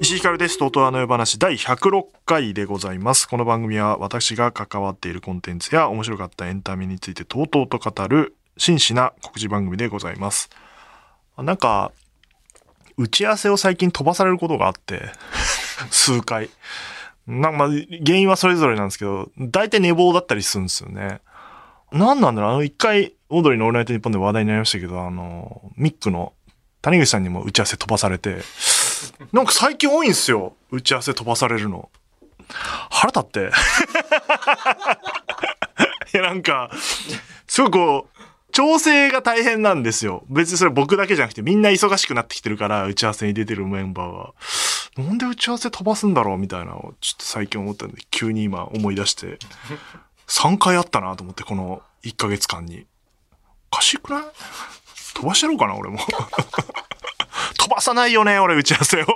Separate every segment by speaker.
Speaker 1: 石井ひかるです。とうとうあの夜話第106回でございます。この番組は私が関わっているコンテンツや面白かったエンタメについてとうとうと語る真摯な告示番組でございます。なんか、打ち合わせを最近飛ばされることがあって、数回。なんかまあ原因はそれぞれなんですけど、大体寝坊だったりするんですよね。なんなんだろうあの、一回、オードリーのオールナイトニッポンで話題になりましたけど、あの、ミックの谷口さんにも打ち合わせ飛ばされて、 なんか最近多いんすよ。打ち合わせ飛ばされるの。腹立って。 いや、なんか、すごいこう、調整が大変なんですよ。別にそれ僕だけじゃなくてみんな忙しくなってきてるから、打ち合わせに出てるメンバーは。なんで打ち合わせ飛ばすんだろうみたいなのをちょっと最近思ったんで、急に今思い出して。3回あったなと思って、この1ヶ月間に。おかしくない飛ばしてやろうかな、俺も。飛ばさないよね、俺、打ち合わせを。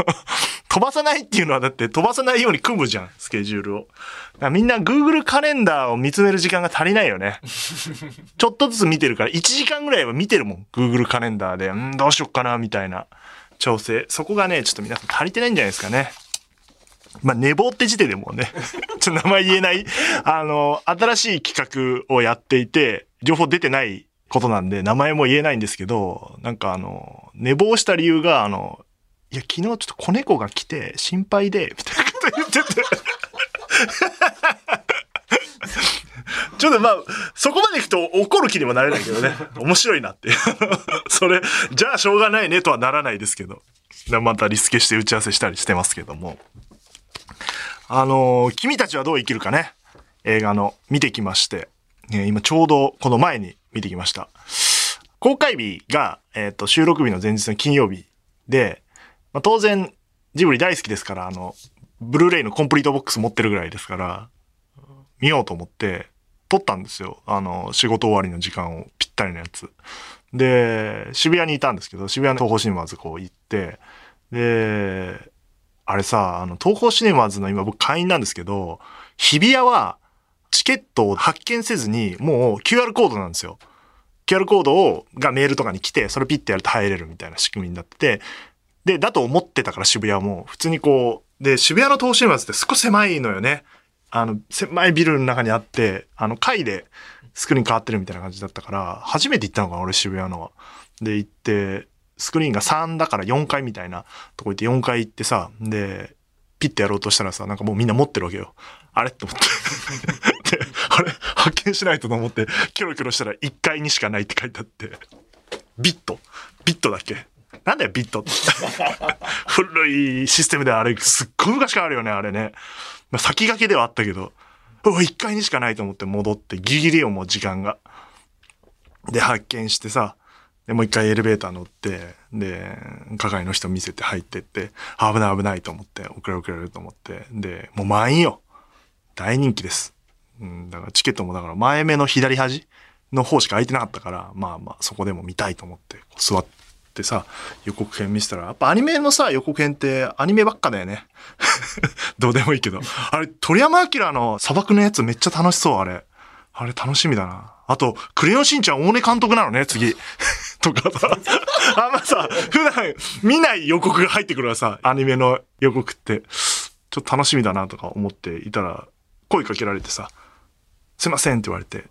Speaker 1: 飛ばさないっていうのはだって飛ばさないように組むじゃん、スケジュールを。だからみんな Google カレンダーを見つめる時間が足りないよね。 ちょっとずつ見てるから、1時間ぐらいは見てるもん、Google カレンダーで。うん、どうしよっかな、みたいな調整。そこがね、ちょっと皆さん足りてないんじゃないですかね。まあ、寝坊って時点でもうね、 ちょっと名前言えない、あの、新しい企画をやっていて、情報出てないことなんで、名前も言えないんですけど、なんかあの、寝坊した理由が、あの、いや、昨日ちょっと子猫が来て、心配で、みたいなこと言って て。ちょっとまあ、そこまでいくと怒る気にもなれないけどね。面白いなっていう。 それ、じゃあしょうがないねとはならないですけど。でまたリスケして打ち合わせしたりしてますけども。あのー君たちはどう生きるかね、映画の見てきまして、えー今ちょうどこの前に見てきました。公開日が、えっ、と、収録日の前日の金曜日で、まあ、当然、ジブリ大好きですから、あの、ブルーレイのコンプリートボックス持ってるぐらいですから、見ようと思って、撮ったんですよ。あの、仕事終わりの時間をぴったりのやつ。で、渋谷にいたんですけど、渋谷の東宝シネマズこう行って、で、あれさ、あの、東宝シネマーズの今僕会員なんですけど、日比谷はチケットを発券せずに、もう QR コードなんですよ。QR コードを、がメールとかに来て、それピッてやると入れるみたいな仕組みになってて、で、だと思ってたから渋谷も、普通にこう、で、渋谷の東宝シネマーズって少し狭いのよね。あの、狭いビルの中にあって、あの、階でスクリーン変わってるみたいな感じだったから、初めて行ったのかな、俺渋谷のは。で、行って、スクリーンが3だから4階みたいなとこ行って4階行ってさ、で、ピッてやろうとしたらさ、なんかもうみんな持ってるわけよ。あれって思って。で、あれ発見しないとと思って、キョロキョロしたら1階にしかないって書いてあって。ビット。ビットだっけなんだよ、ビットって。古いシステムであれ、すっごい昔からあるよね、あれね。まあ、先駆けではあったけど、うわ、1階にしかないと思って戻って、ギリギリよ、もう時間が。で、発見してさ、で、もう一回エレベーター乗って、で、係の人見せて入ってって、あ危ない危ないと思って、遅れ遅れると思って、で、もう満員よ。大人気です。うん、だからチケットもだから前目の左端の方しか空いてなかったから、まあまあそこでも見たいと思って、こう座ってさ、予告編見せたら、やっぱアニメのさ、予告編ってアニメばっかだよね。 どうでもいいけど。あれ、鳥山明の砂漠のやつめっちゃ楽しそう、あれ。あれ楽しみだな。あと、クレヨンしんちゃん大根監督なのね、次。 とかさ。あんまさ、普段見ない予告が入ってくるからさ、アニメの予告って。ちょっと楽しみだなとか思っていたら、声かけられてさ、すいませんって言われて、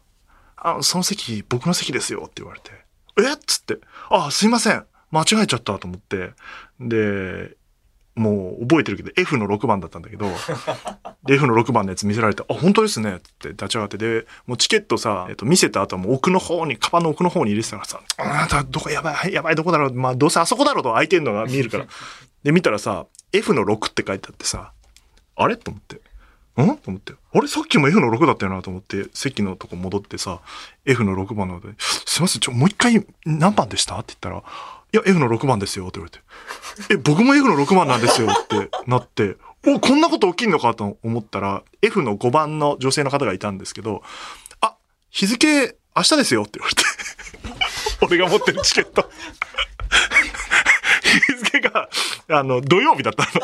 Speaker 1: あ、その席、僕の席ですよって言われて、えっつって、あ、すいません。間違えちゃったと思って、で、もう覚えてるけど、F の6番だったんだけど、で F の6番のやつ見せられて、あ、本当ですねっつって立ち上がって、で、もうチケットさ、えっと、見せた後はもう奥の方に、カバンの奥の方に入れてたからさ、あなた、どこ、やばい、やばい、どこだろう、まあ、どうせあそこだろうと空いてんのが見えるから。で、見たらさ、F の6って書いてあってさ、あれと思って。んと思って。あれさっきも F の6だったよなと思って、席のとこ戻ってさ、F の6番の方で、すいません、ちょ、もう一回何番でしたって言ったら、いや、F の6番ですよって言われて、え、僕も F の6番なんですよってなって、お、こんなこと起きんのかと思ったら、F の5番の女性の方がいたんですけど、あ、日付明 日ですよって言われて、俺が持ってるチケット。日付が、あの、土曜日だったの。で、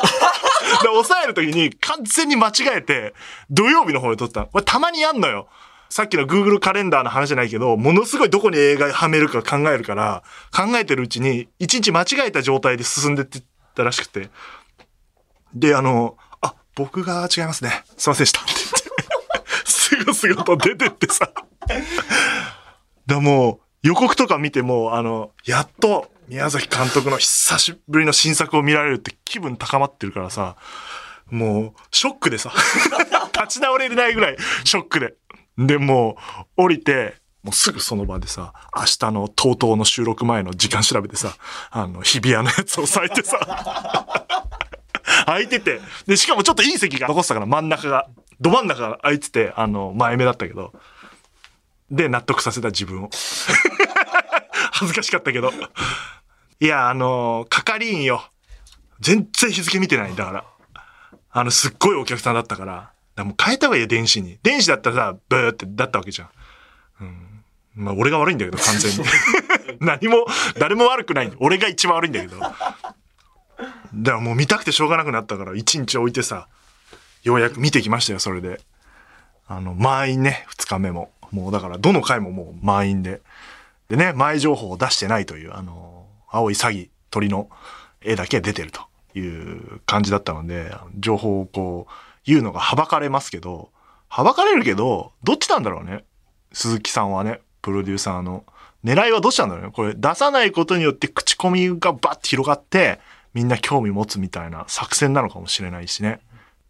Speaker 1: 抑えるときに完全に間違えて、土曜日の方に撮ったの。これたまにやんのよ。さっきの Google カレンダーの話じゃないけど、ものすごいどこに映画はめるか考えるから、考えてるうちに、一日間違えた状態で進んでってったらしくて。で、あの、あ、僕が違いますね。すいませんでした。って言って。すぐすぐと出てってさ。だもう予告とか見てもあのやっと宮崎監督の久しぶりの新作を見られるって気分高まってるからさもうショックでさ 立ち直れないぐらいショックででもう降りてもうすぐその場でさ明日の TOTO の収録前の時間調べてさあの日比谷のやつを押さえてさ空いててでしかもちょっといい席が残ってたから真ん中がど真ん中が空いててあの前目だったけどで、納得させた自分を。 恥ずかしかったけど。いや、あのー係員よ。全然日付見てないんだから。あの、すっごいお客さんだったから。だからもう変えた方がいいよ、電子に。電子だったらさ、ブーってだったわけじゃん。うん。まあ、俺が悪いんだけど、完全に。 何も、誰も悪くない。俺が一番悪いんだけど。だからもう見たくてしょうがなくなったから、一日置いてさ、ようやく見てきましたよ、それで。あの、満員ね、二日目も。もうだから、どの回ももう満員で。でね、前情報を出してないという、あの、青い詐欺、鳥の絵だけ出てるという感じだったので、情報をこう、言うのがはばかれますけど、はばかれるけど、どっちなんだろうね。鈴木さんはね、プロデューサーの。狙いはどっちなんだろうね。これ、出さないことによって口コミがバッて広がって、みんな興味持つみたいな作戦なのかもしれないしね。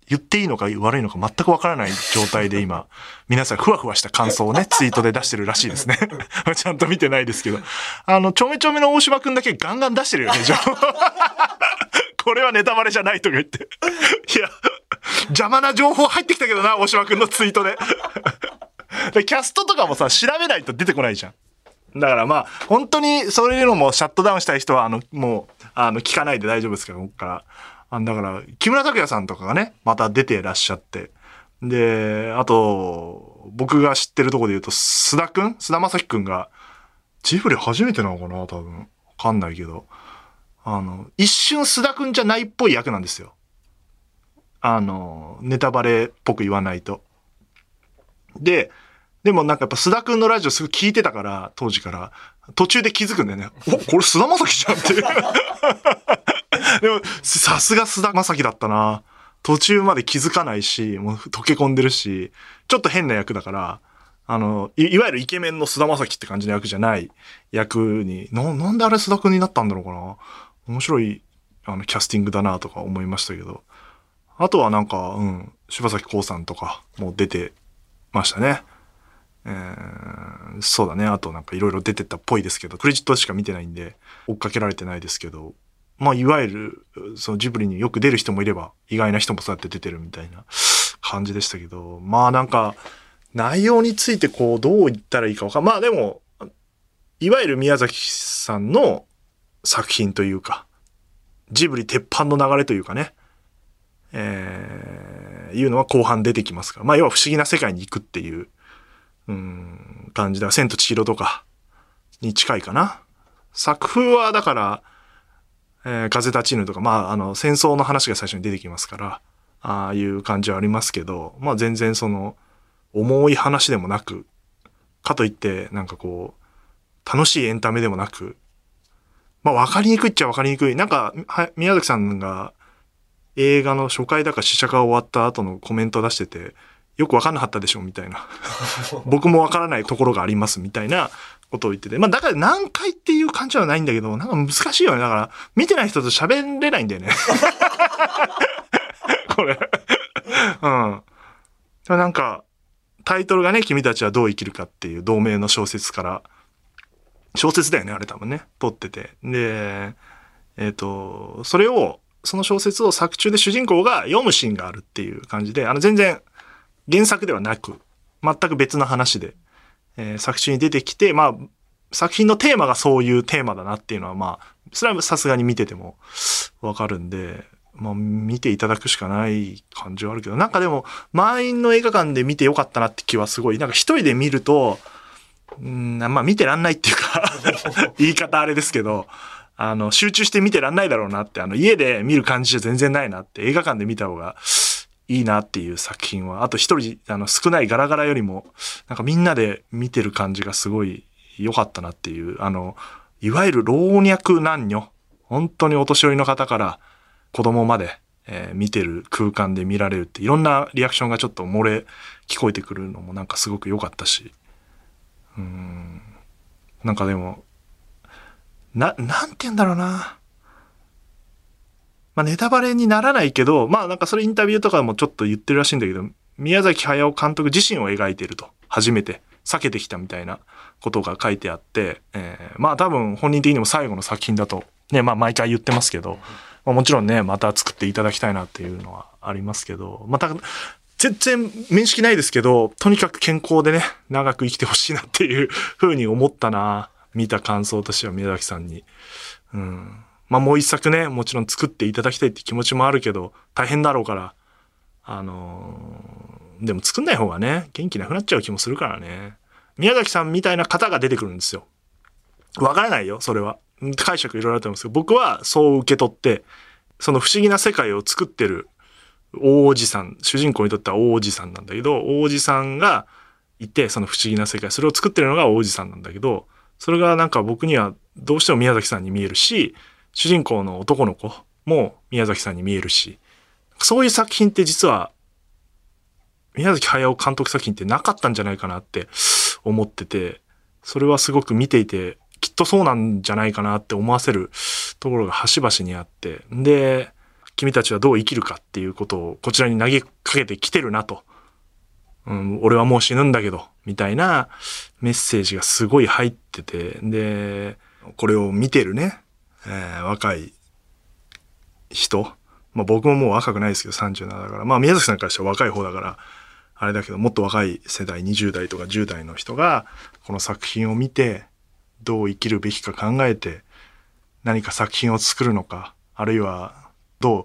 Speaker 1: 言っていいのか悪いのか全くわからない状態で今、 皆さんふわふわした感想をね、ツイートで出してるらしいですね。 ちゃんと見てないですけど。あの、ちょめちょめの大島くんだけガンガン出してるよね、情報これはネタバレじゃないとか言って。いや、邪魔な情報入ってきたけどな、大島くんのツイートで。 でキャストとかもさ、調べないと出てこないじゃん。だからまあ、本当にそういうのもシャットダウンしたい人は、あの、もう、あの、聞かないで大丈夫ですから、ここから。あだから、木村拓哉さんとかがね、また出てらっしゃって。で、あと、僕が知ってるとこで言うと、須田くん須田正樹くんが、ジブリ初めてなのかな多分。わかんないけど。あの、一瞬須田くんじゃないっぽい役なんですよ。あの、ネタバレっぽく言わないと。で、でもなんかやっぱ須田くんのラジオすごい聞いてたから、当時から、途中で気づくんだよね。お、これ須田まさきじゃんって。 でも、さすが須田まさきだったな。途中まで気づかないし、もう溶け込んでるし、ちょっと変な役だから、あの、いいわゆるイケメンの須田まさきって感じの役じゃない役に、な、なんであれ須田くんになったんだろうかな。面白い、あの、キャスティングだなとか思いましたけど。あとはなんか、うん、柴咲コウさんとかも出てましたね。えーそうだね。あとなんかいろいろ出てったっぽいですけど、クレジットしか見てないんで、追っかけられてないですけど、まあいわゆる、そのジブリによく出る人もいれば、意外な人もそうやって出てるみたいな 感じでしたけど、まあなんか、内容についてこう、どう言ったらいいかわかんまあでも、いわゆる宮崎さんの作品というか、ジブリ鉄板の流れというかね、えーいうのは後半出てきますから、まあ要は不思議な世界に行くっていう、うん、感じだ。千と千尋とかに近いかな。作風はだから、えー風立ちぬとか、まあ、あの、戦争の話が最初に出てきますから、ああいう感じはありますけど、まあ全然その、重い話でもなく、かといって、なんかこう、楽しいエンタメでもなく、まあ分かりにくいっちゃ分かりにくい。なんか、は宮崎さんが映画の初回だか試写が終わった後のコメントを出してて、よく分かんなかったでしょ、みたいな。僕もわからないところがありますみたいなことを言ってて。まあだから難解っていう感じはないんだけど、なんか難しいよね。だから見てない人と喋れないんだよね。 これ。うん。でもなんかタイトルがね、君たちはどう生きるかっていう同名の小説から、小説だよね、あれ多分ね、撮ってて。で、えっ、と、それを、その小説を作中で主人公が読むシーンがあるっていう感じで、あの全然原作ではなく、全く別の話で、えー作中に出てきて、まあ、作品のテーマがそういうテーマだなっていうのは、まあ、それはさすがに見ててもわかるんで、まあ、見ていただくしかない感じはあるけど、なんかでも、満員の映画館で見てよかったなって気はすごい、なんか一人で見 ると、うん、まあ見てらんないっていうか、言い方あれですけど、あの、集中して見てらんないだろうなって、あの、家で見る感じじゃ全然ないなって、映画館で見た方がいいなっていう作品は、あと一人、あの、少ないガラガラよりも、なんかみんなで見てる感じがすごい良かったなっていう、あの、いわゆる老若男女、本当にお年寄りの方から子供まで、えー見てる空間で見られるって、いろんなリアクションがちょっと漏れ聞こえてくるのもなんかすごく良かったし、うーん、なんかでも、な、なんて言うんだろうな。まあ、ネタバレにならないけど、まあなんかそれインタビューとかでもちょっと言ってるらしいんだけど、宮崎駿監督自身を描いてると、初めて避けてきたみたいなことが書いてあって、えーまあ多分本人的にも最後の作品だと、ね、まあ毎回言ってますけど、まあ、もちろんね、また作っていただきたいなっていうのはありますけど、また、全然面識ないですけど、とにかく健康でね、長く生きてほしいなっていうふうに思ったな。見た感想としては宮崎さんに。うん。まあもう一作ね、もちろん作っていただきたいって気持ちもあるけど、大変だろうから、あのーでも作んない方がね、元気なくなっちゃう気もするからね。宮崎さんみたいな方が出てくるんですよ。わからないよ、それは。うん解釈いろいろあると思うんですけど、僕はそう受け取って、その不思議な世界を作ってる大おじさん、主人公にとっては大おじさんなんだけど、大おじさんがいて、その不思議な世界、それを作ってるのが大おじさんなんだけど、それがなんか僕にはどうしても宮崎さんに見えるし、主人公の男の子も宮崎さんに見えるし、そういう作品って実は、宮崎駿監督作品ってなかったんじゃないかなって思ってて、それはすごく見ていて、きっとそうなんじゃないかなって思わせるところが端々にあって、で、君たちはどう生きるかっていうことをこちらに投げかけてきてるなと。うん、俺はもう死ぬんだけど、みたいなメッセージがすごい入ってて、で、これを見てるね、えー若い人。まあ僕ももう若くないですけど、37だから。まあ宮崎さんからしては若い方だから、あれだけど、もっと若い世代、20代とか10代の人が、この作品を見て、どう生きるべきか考えて、何か作品を作るのか、あるいはど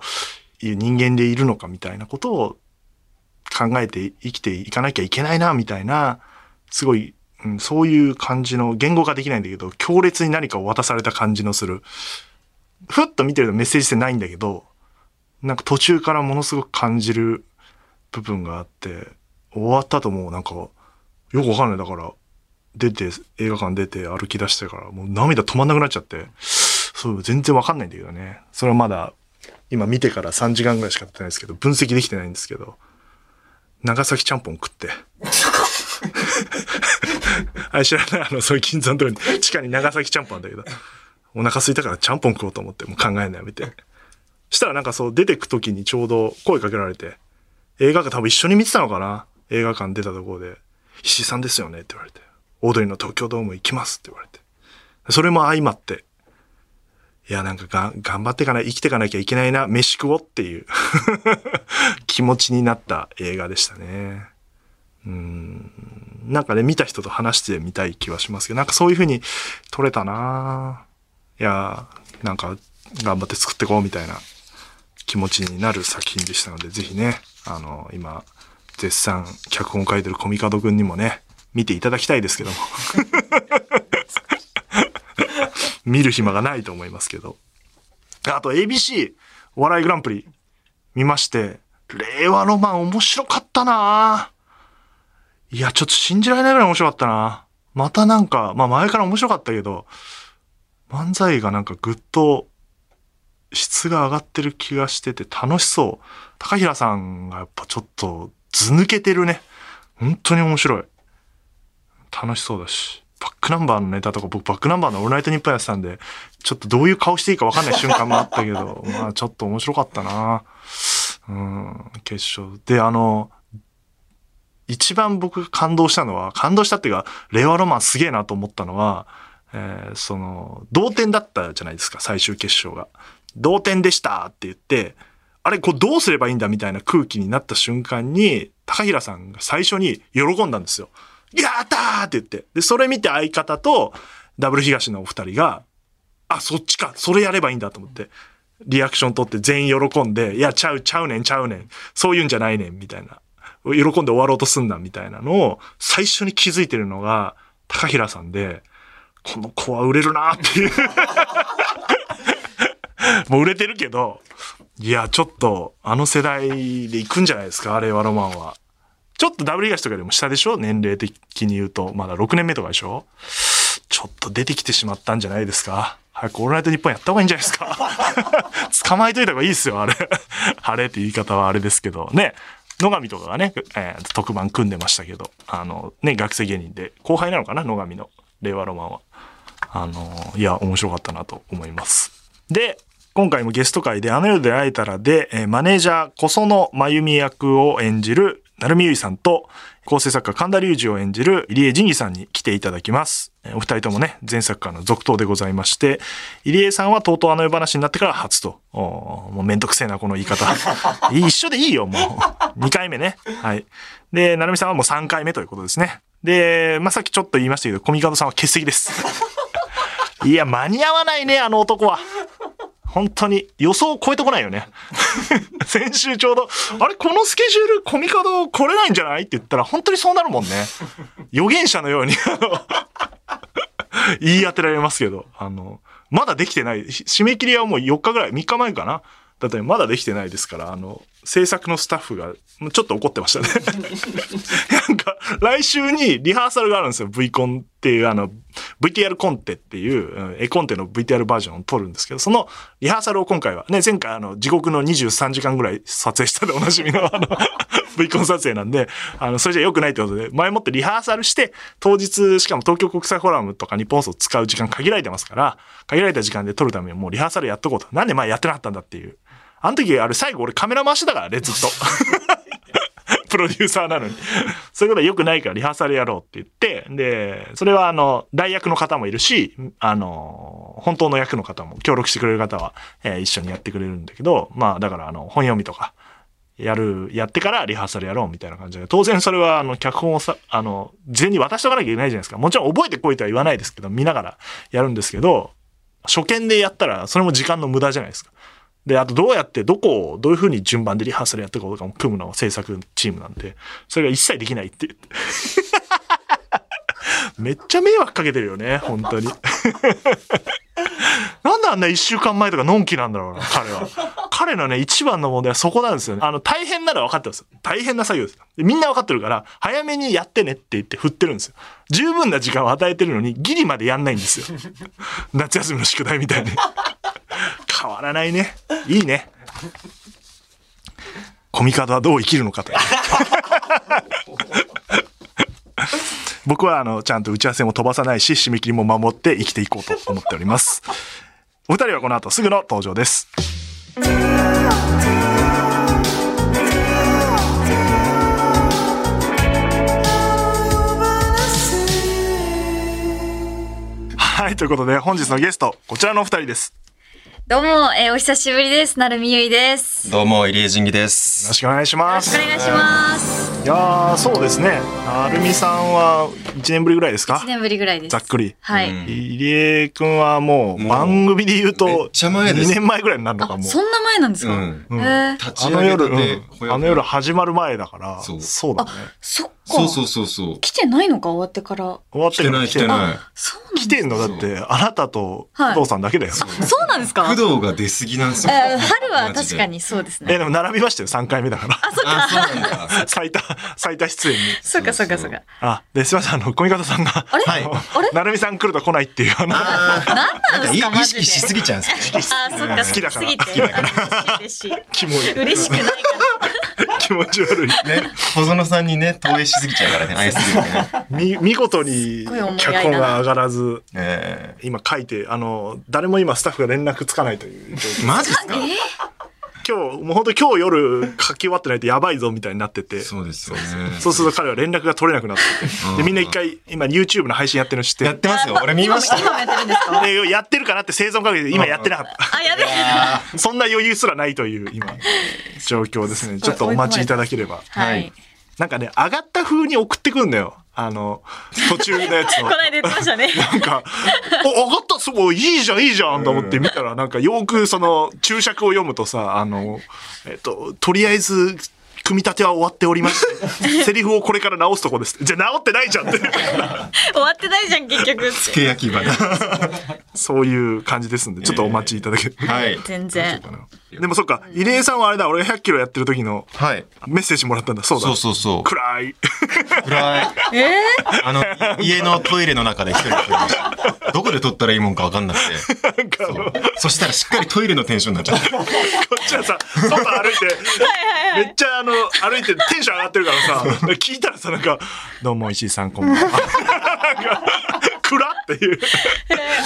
Speaker 1: ういう人間でいるのかみたいなことを考えて生きていかなきゃいけないな、みたいな、すごい、うんそういう感じの、言語化できないんだけど、強烈に何かを渡された感じのする。ふっと見てるとメッセージ性ないんだけど、なんか途中からものすごく感じる部分があって、終わった後もうなんか、よくわかんない。だから、出て、映画館出て歩き出してから、もう涙止まんなくなっちゃって、そう、全然わかんないんだけどね。それはまだ、今見てから3時間ぐらいしか経ってないですけど、分析できてないんですけど、長崎ちゃんぽん食って。あれ知らない、あ の、そういう銀座のとこに、地下に長崎ちゃんぽんあるんだけど、お腹空いたからちゃんぽん食おうと思って、もう考えるのやめて。したらなんかそう、出てく時にちょうど声かけられて、映画館多分一緒に見てたのかな映画館出たところで、石井さんですよねって言われて、オードリーの東京ドーム行きますって言われて。それも相まって、いや、なんかがん、頑張ってかな、生きてかなきゃいけないな、飯食おうっていう 気持ちになった映画でしたね。うん。なんかね、見た人と話してみたい気はしますけど、なんかそういう風に撮れたないや、なんか、頑張って作ってこうみたいな気持ちになる作品でしたので、ぜひね、あの、今、絶賛、脚本書いてるコミカドくんにもね、見ていただきたいですけども。見る暇がないと思いますけど。あと ABC お笑いグランプリ見まして、令和ロマン面白かったないや、ちょっと信じられないぐらい面白かったなまたなんか、まあ前から面白かったけど、漫才がなんかぐっと質が上がってる気がしてて楽しそう。高平さんがやっぱちょっと図抜けてるね。本当に面白い。楽しそうだし。バックナンバーのネタとか、僕バックナンバーのオールナイトニッポンやってたんで、ちょっとどういう顔していいか分かんない瞬間もあったけど、まあちょっと面白かったなうん、決勝。で、あの、一番僕が感動したのは、感動したっていうか、令和ロマンすげえなと思ったのは、えーその、同点だったじゃないですか、最終決勝が。同点でしたって言って、あれ、こうどうすればいいんだみたいな空気になった瞬間に、高平さんが最初に喜んだんですよ。やったーって言って。で、それ見て相方と、ダブル東のお二人が、あ、そっちか、それやればいいんだと思って、リアクション取って全員喜んで、いや、ちゃう、ちゃうねん、ちゃうねん、そういうんじゃないねん、みたいな。喜んで終わろうとすんな、みたいなのを、最初に気づいてるのが、高平さんで、この子は売れるなっていう。 もう売れてるけど、いや、ちょっと、あの世代で行くんじゃないですか、令和ロマンは。ちょっとダブル東とかよりも下でしょ年齢的に言うと。まだ6年目とかでしょちょっと出てきてしまったんじゃないですか。早くオールナイト日本やった方がいいんじゃないですか。 捕まえといた方がいいですよ、あれ。 あれって言い方はあれですけど。ね。野上とかがね、えー特番組んでましたけど、あの、ね、学生芸人で、後輩なのかな野上の、令和ロマンは。あの、いや、面白かったなと思います。で、今回もゲスト会で、あの夜で会えたらで、えーマネージャー、小園真由美役を演じる、成美由依さんと、構成作家、神田隆二を演じる、入江仁義さんに来ていただきます。えーお二人ともね、前作家の続投でございまして、入江さんはとうとうあの夜話になってから初と。おーもうめんどくせえな、この言い方。 いい一緒でいいよ、もう。2回目ね。はい。で、成美さんはもう3回目ということですね。で、まあ、さっきちょっと言いましたけど、コミカドさんは欠席です。いや、間に合わないね、あの男は。本当に予想を超えてこないよね。 先週ちょうど、あれ、このスケジュール、コミカド来れないんじゃないって言ったら、本当にそうなるもんね。予言者のように、あの、言い当てられますけど、あの、まだできてない。し締め切りはもう4日ぐらい、3日前かな。だってまだできてないですから、あの、制作のスタッフが、もうちょっと怒ってましたね。なんか、来週にリハーサルがあるんですよ。V コンっていう、あの、VTR コンテっていう、うん絵コンテの VTR バージョンを撮るんですけど、そのリハーサルを今回は、ね、前回あの、地獄の23時間ぐらい撮影したでおなじみの、あの、V コン撮影なんで、あの、それじゃ良くないってことで、前もってリハーサルして、当日、しかも東京国際フォーラムとか日本放送使う時間限られてますから、限られた時間で撮るためにもうリハーサルやっとこうと。なんで前やってなかったんだっていう。あの時、あれ最後俺カメラ回してたからね、ずっと。 プロデューサーなのに。そういうことは良くないからリハーサルやろうって言って、で、それはあの、代役の方もいるし、あの、本当の役の方も、協力してくれる方は、えー一緒にやってくれるんだけど、まあだからあの、本読みとか、やる、やってからリハーサルやろうみたいな感じで、当然それはあの、脚本をさ、あの、事前に渡しとかなきゃいけないじゃないですか。もちろん覚えてこいとは言わないですけど、見ながらやるんですけど、初見でやったら、それも時間の無駄じゃないですか。で、あとどうやって、どこを、どういうふうに順番でリハーサルやっていこうとかも組むのは制作チームなんで、それが一切できないって言 って。めっちゃ迷惑かけてるよね、本当に。 なんであんな一週間前とかのんきなんだろうな、彼は。彼のね、一番の問題はそこなんですよね。あの、大変なのは分かってます。大変な作業です。でみんな分かってるから、早めにやってねって言って振ってるんですよ。十分な時間を与えてるのに、ギリまでやんないんですよ。夏休みの宿題みたいに。変わらないね。いいね。コミカドはどう生きるのかという。 僕はあの、ちゃんと打ち合わせも飛ばさないし、締め切りも守って生きていこうと思っております。お二人はこの後すぐの登場です。はい、ということで本日のゲスト、こちらのお二人です。
Speaker 2: どうも、えーお久しぶりです。なるみゆいです。よ
Speaker 3: どうも、入江仁義で
Speaker 1: よ
Speaker 3: す
Speaker 1: ろ。しくお願いしま
Speaker 2: ろし
Speaker 1: す
Speaker 2: く。お願いします。
Speaker 1: いやー、そうですね。アルミさんは1年ぶりぐらいですか
Speaker 2: 1年ぶりぐらいです。
Speaker 1: ざっくり。
Speaker 2: はい。
Speaker 3: うん
Speaker 1: 入江くんはもう
Speaker 3: もう
Speaker 1: 番組で言う
Speaker 3: め
Speaker 1: と
Speaker 3: っちゃ前です
Speaker 1: 2年前ぐらいになるのか
Speaker 2: あ、
Speaker 1: もう
Speaker 2: そんな前なんですか、
Speaker 3: うん
Speaker 1: うん
Speaker 2: へー
Speaker 3: 立ち
Speaker 1: あ
Speaker 3: 上
Speaker 1: の
Speaker 3: げ
Speaker 1: 夜、
Speaker 3: て
Speaker 1: うん
Speaker 3: て、小屋
Speaker 1: あの夜始まる前だから、
Speaker 3: そう
Speaker 1: そうだね。
Speaker 2: そっか。
Speaker 3: そうそうそうそう。
Speaker 2: 来てないのか終わってから。
Speaker 1: 終わっ
Speaker 3: 来
Speaker 1: て
Speaker 3: て
Speaker 1: る
Speaker 3: な
Speaker 1: の
Speaker 3: い来てない。
Speaker 2: そうなんで
Speaker 1: 来
Speaker 2: す
Speaker 1: てんのだって、あなたと工藤さんだけだよ。
Speaker 2: そうなんですか
Speaker 3: 工藤が出過ぎなんですよ。
Speaker 2: えー春
Speaker 3: マ
Speaker 2: は
Speaker 3: ジ
Speaker 2: 確
Speaker 3: で
Speaker 2: か。にそうです
Speaker 1: え、
Speaker 2: ね。
Speaker 1: でも並びましたよ、3回目だから。
Speaker 3: あ、そうなんだ。
Speaker 1: 最多、最多出演に。
Speaker 2: そうかそうかそうか。
Speaker 1: あ、で、すいません、あの、小見方さんが、
Speaker 2: あれ
Speaker 1: あの
Speaker 2: あれ
Speaker 1: なるみさん来ると来ないっていう、あの、
Speaker 2: 何なん
Speaker 3: なん
Speaker 2: で
Speaker 3: か
Speaker 2: すか
Speaker 3: い
Speaker 2: マ
Speaker 3: 意
Speaker 2: ジで。
Speaker 3: 識しすぎちゃうんですよ。
Speaker 2: あー、そっか、
Speaker 1: 好きだから
Speaker 2: 好きすぎて。嬉しい嬉し
Speaker 1: キモい
Speaker 2: い。嬉しくないから。
Speaker 1: 気持ち悪い。
Speaker 3: ね、小園さんにね、投影しすぎちゃうからね、愛すぎてね。
Speaker 1: み、見事に
Speaker 2: すっごい思い合い、だ
Speaker 1: 脚本が上がらず、
Speaker 3: え
Speaker 1: 今書いて、あの、誰も今スタッフが連絡つかないという状況
Speaker 3: ーマジですか
Speaker 1: 今日、もう本当今日夜書き終わってないとやばいぞみたいになってて。
Speaker 3: そうですよね。
Speaker 1: そうすると彼は連絡が取れなくなって
Speaker 3: う
Speaker 1: て。
Speaker 3: ん
Speaker 1: で、みんな一回、今 YouTube の配信やってるの知って
Speaker 3: やっ
Speaker 1: る。
Speaker 3: てますよ。俺見ました。
Speaker 2: 今もやってるんですか
Speaker 1: でやってるかなって生存かけて、今やってなかった。
Speaker 2: あ、やべえ。
Speaker 1: そんな余裕すらないという、今、状況ですね。ちょっとお待ちいただければ。
Speaker 2: は
Speaker 3: はいい。
Speaker 1: なんかね、上がった風に送ってくんだよ。あの、途中のやつ を
Speaker 2: こ。ないだ言ってましたね。
Speaker 1: なんか、お、上がった、すごい、いいじゃん、いいじゃん、と思って見たら、なんか、よくその、注釈を読むとさ、あの、えっと、とりあえず、組み立ては終わっておりま して、セリフをこれから直すとこです。じゃあ直ってないじゃんって。
Speaker 2: 終わってないじゃん、結局って。
Speaker 3: け焼き花。
Speaker 1: そういう感じですんで、ちょっとお待ちいただける。
Speaker 3: はい。
Speaker 2: 全然。
Speaker 1: でもそっか、入江さんはあれだ、俺が100キロやってる時の
Speaker 3: はい。
Speaker 1: メッセージもらったんだ。そうだ。
Speaker 3: そうそうそう。
Speaker 1: 暗い。
Speaker 3: 暗い。
Speaker 2: えー、
Speaker 3: あの、家のトイレの中で一人で撮りました。どこで撮ったらいいもんか分かんなくて。
Speaker 1: なんかあの、こ
Speaker 3: そしたらしっかりトイレのテンションになっちゃって。
Speaker 1: っちはさ、外歩いて、めっちゃあの、歩いてテンション上がってるからさ、聞いたらさ、なんか、どうも石井さんこんばんは。なんか、暗っていう。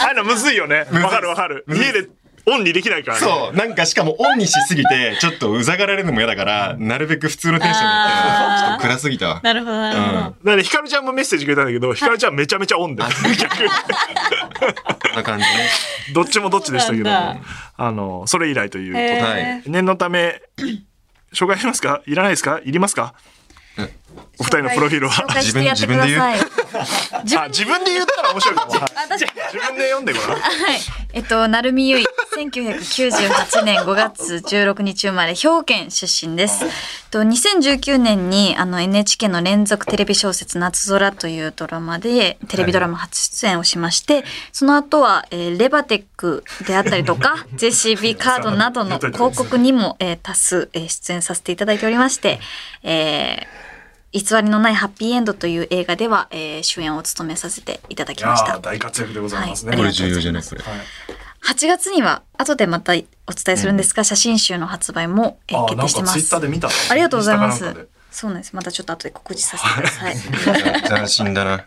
Speaker 1: ああいうのむずいよね。わかるわかる。家でオンにできないからね。
Speaker 3: そう。なんかしかもオンにしすぎて、ちょっとうざがられるのも嫌だから、なるべく普通のテンションでやったらちょっと暗すぎたわ。
Speaker 2: なるほど、なるほど。
Speaker 1: だからひかるちゃんもメッセージくれたんだけど、ひかるちゃんめちゃめちゃオンで。逆に
Speaker 3: こんな感じね。
Speaker 1: どっちもどっちでしたけど
Speaker 2: そうなん
Speaker 1: も、あの、それ以来ということで
Speaker 2: えー
Speaker 3: はい
Speaker 1: 念のため、紹介しますかいらないですかいりますかお二人のプロフィール
Speaker 2: 紹
Speaker 1: は。
Speaker 2: 介してやってください。 自
Speaker 1: あ、自分で言ったら面白いかも。
Speaker 2: 私、は
Speaker 1: 自分で読んでごらん。
Speaker 2: い。えっと、なるみゆい、1998年5月16日生まれ、兵庫県出身です。えっと、2019年に、あの、NHK の連続テレビ小説、夏空というドラマで、テレビドラマ初出演をしまして、その後は、えーレバテックであったりとか、JCB カードなどの広告にも、えー多数、えー出演させていただいておりまして、えー偽りのないハッピーエンドという映画では、えー主演を務めさせていただきました。
Speaker 1: 大活躍でございます
Speaker 2: は
Speaker 1: ね。
Speaker 2: い
Speaker 3: これ重要じゃないこれ。
Speaker 2: 8月には後でまたお伝えするんですが、写真集の発売もえー
Speaker 1: あ、
Speaker 2: 決
Speaker 1: なんか
Speaker 2: 定してま。
Speaker 1: ツイッターです見た。
Speaker 2: ありがとうございま
Speaker 1: インスタかなん
Speaker 2: す
Speaker 1: か。
Speaker 2: そうなんです。またちょっと後で告知させてください。
Speaker 3: 斬新だな。
Speaker 1: で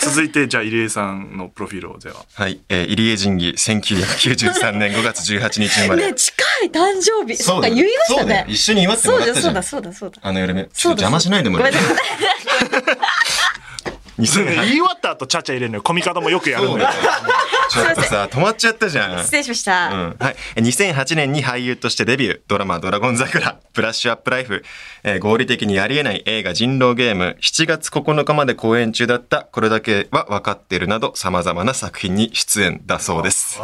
Speaker 1: 続いて、じゃあ、入江さんのプロフィールを、で は。
Speaker 3: はい。えー入江神儀、1993年5月18日生 まれ。
Speaker 2: 近い誕生日。
Speaker 3: そうだよそうだよ一緒に祝ってもらったじゃん。
Speaker 2: そうだそうだ。
Speaker 3: あの夜ね、ちょっと邪魔しないでもらえる。
Speaker 2: さい。
Speaker 1: 言い
Speaker 3: 2008
Speaker 1: 終わった後、ちゃちゃ入れるのよ。コミカドもよくやるのよ。
Speaker 3: ちょっとさ、止まっちゃったじゃん。
Speaker 2: 失礼しました。
Speaker 3: うんはい、え2008年に俳優としてデビュードラマ「ドラゴン桜」「ブラッシュアップライフ」えー合理的にありえない映画「人狼ゲーム」7月9日まで公演中だった「これだけは分かっている」などさまざまな作品に出演だそうです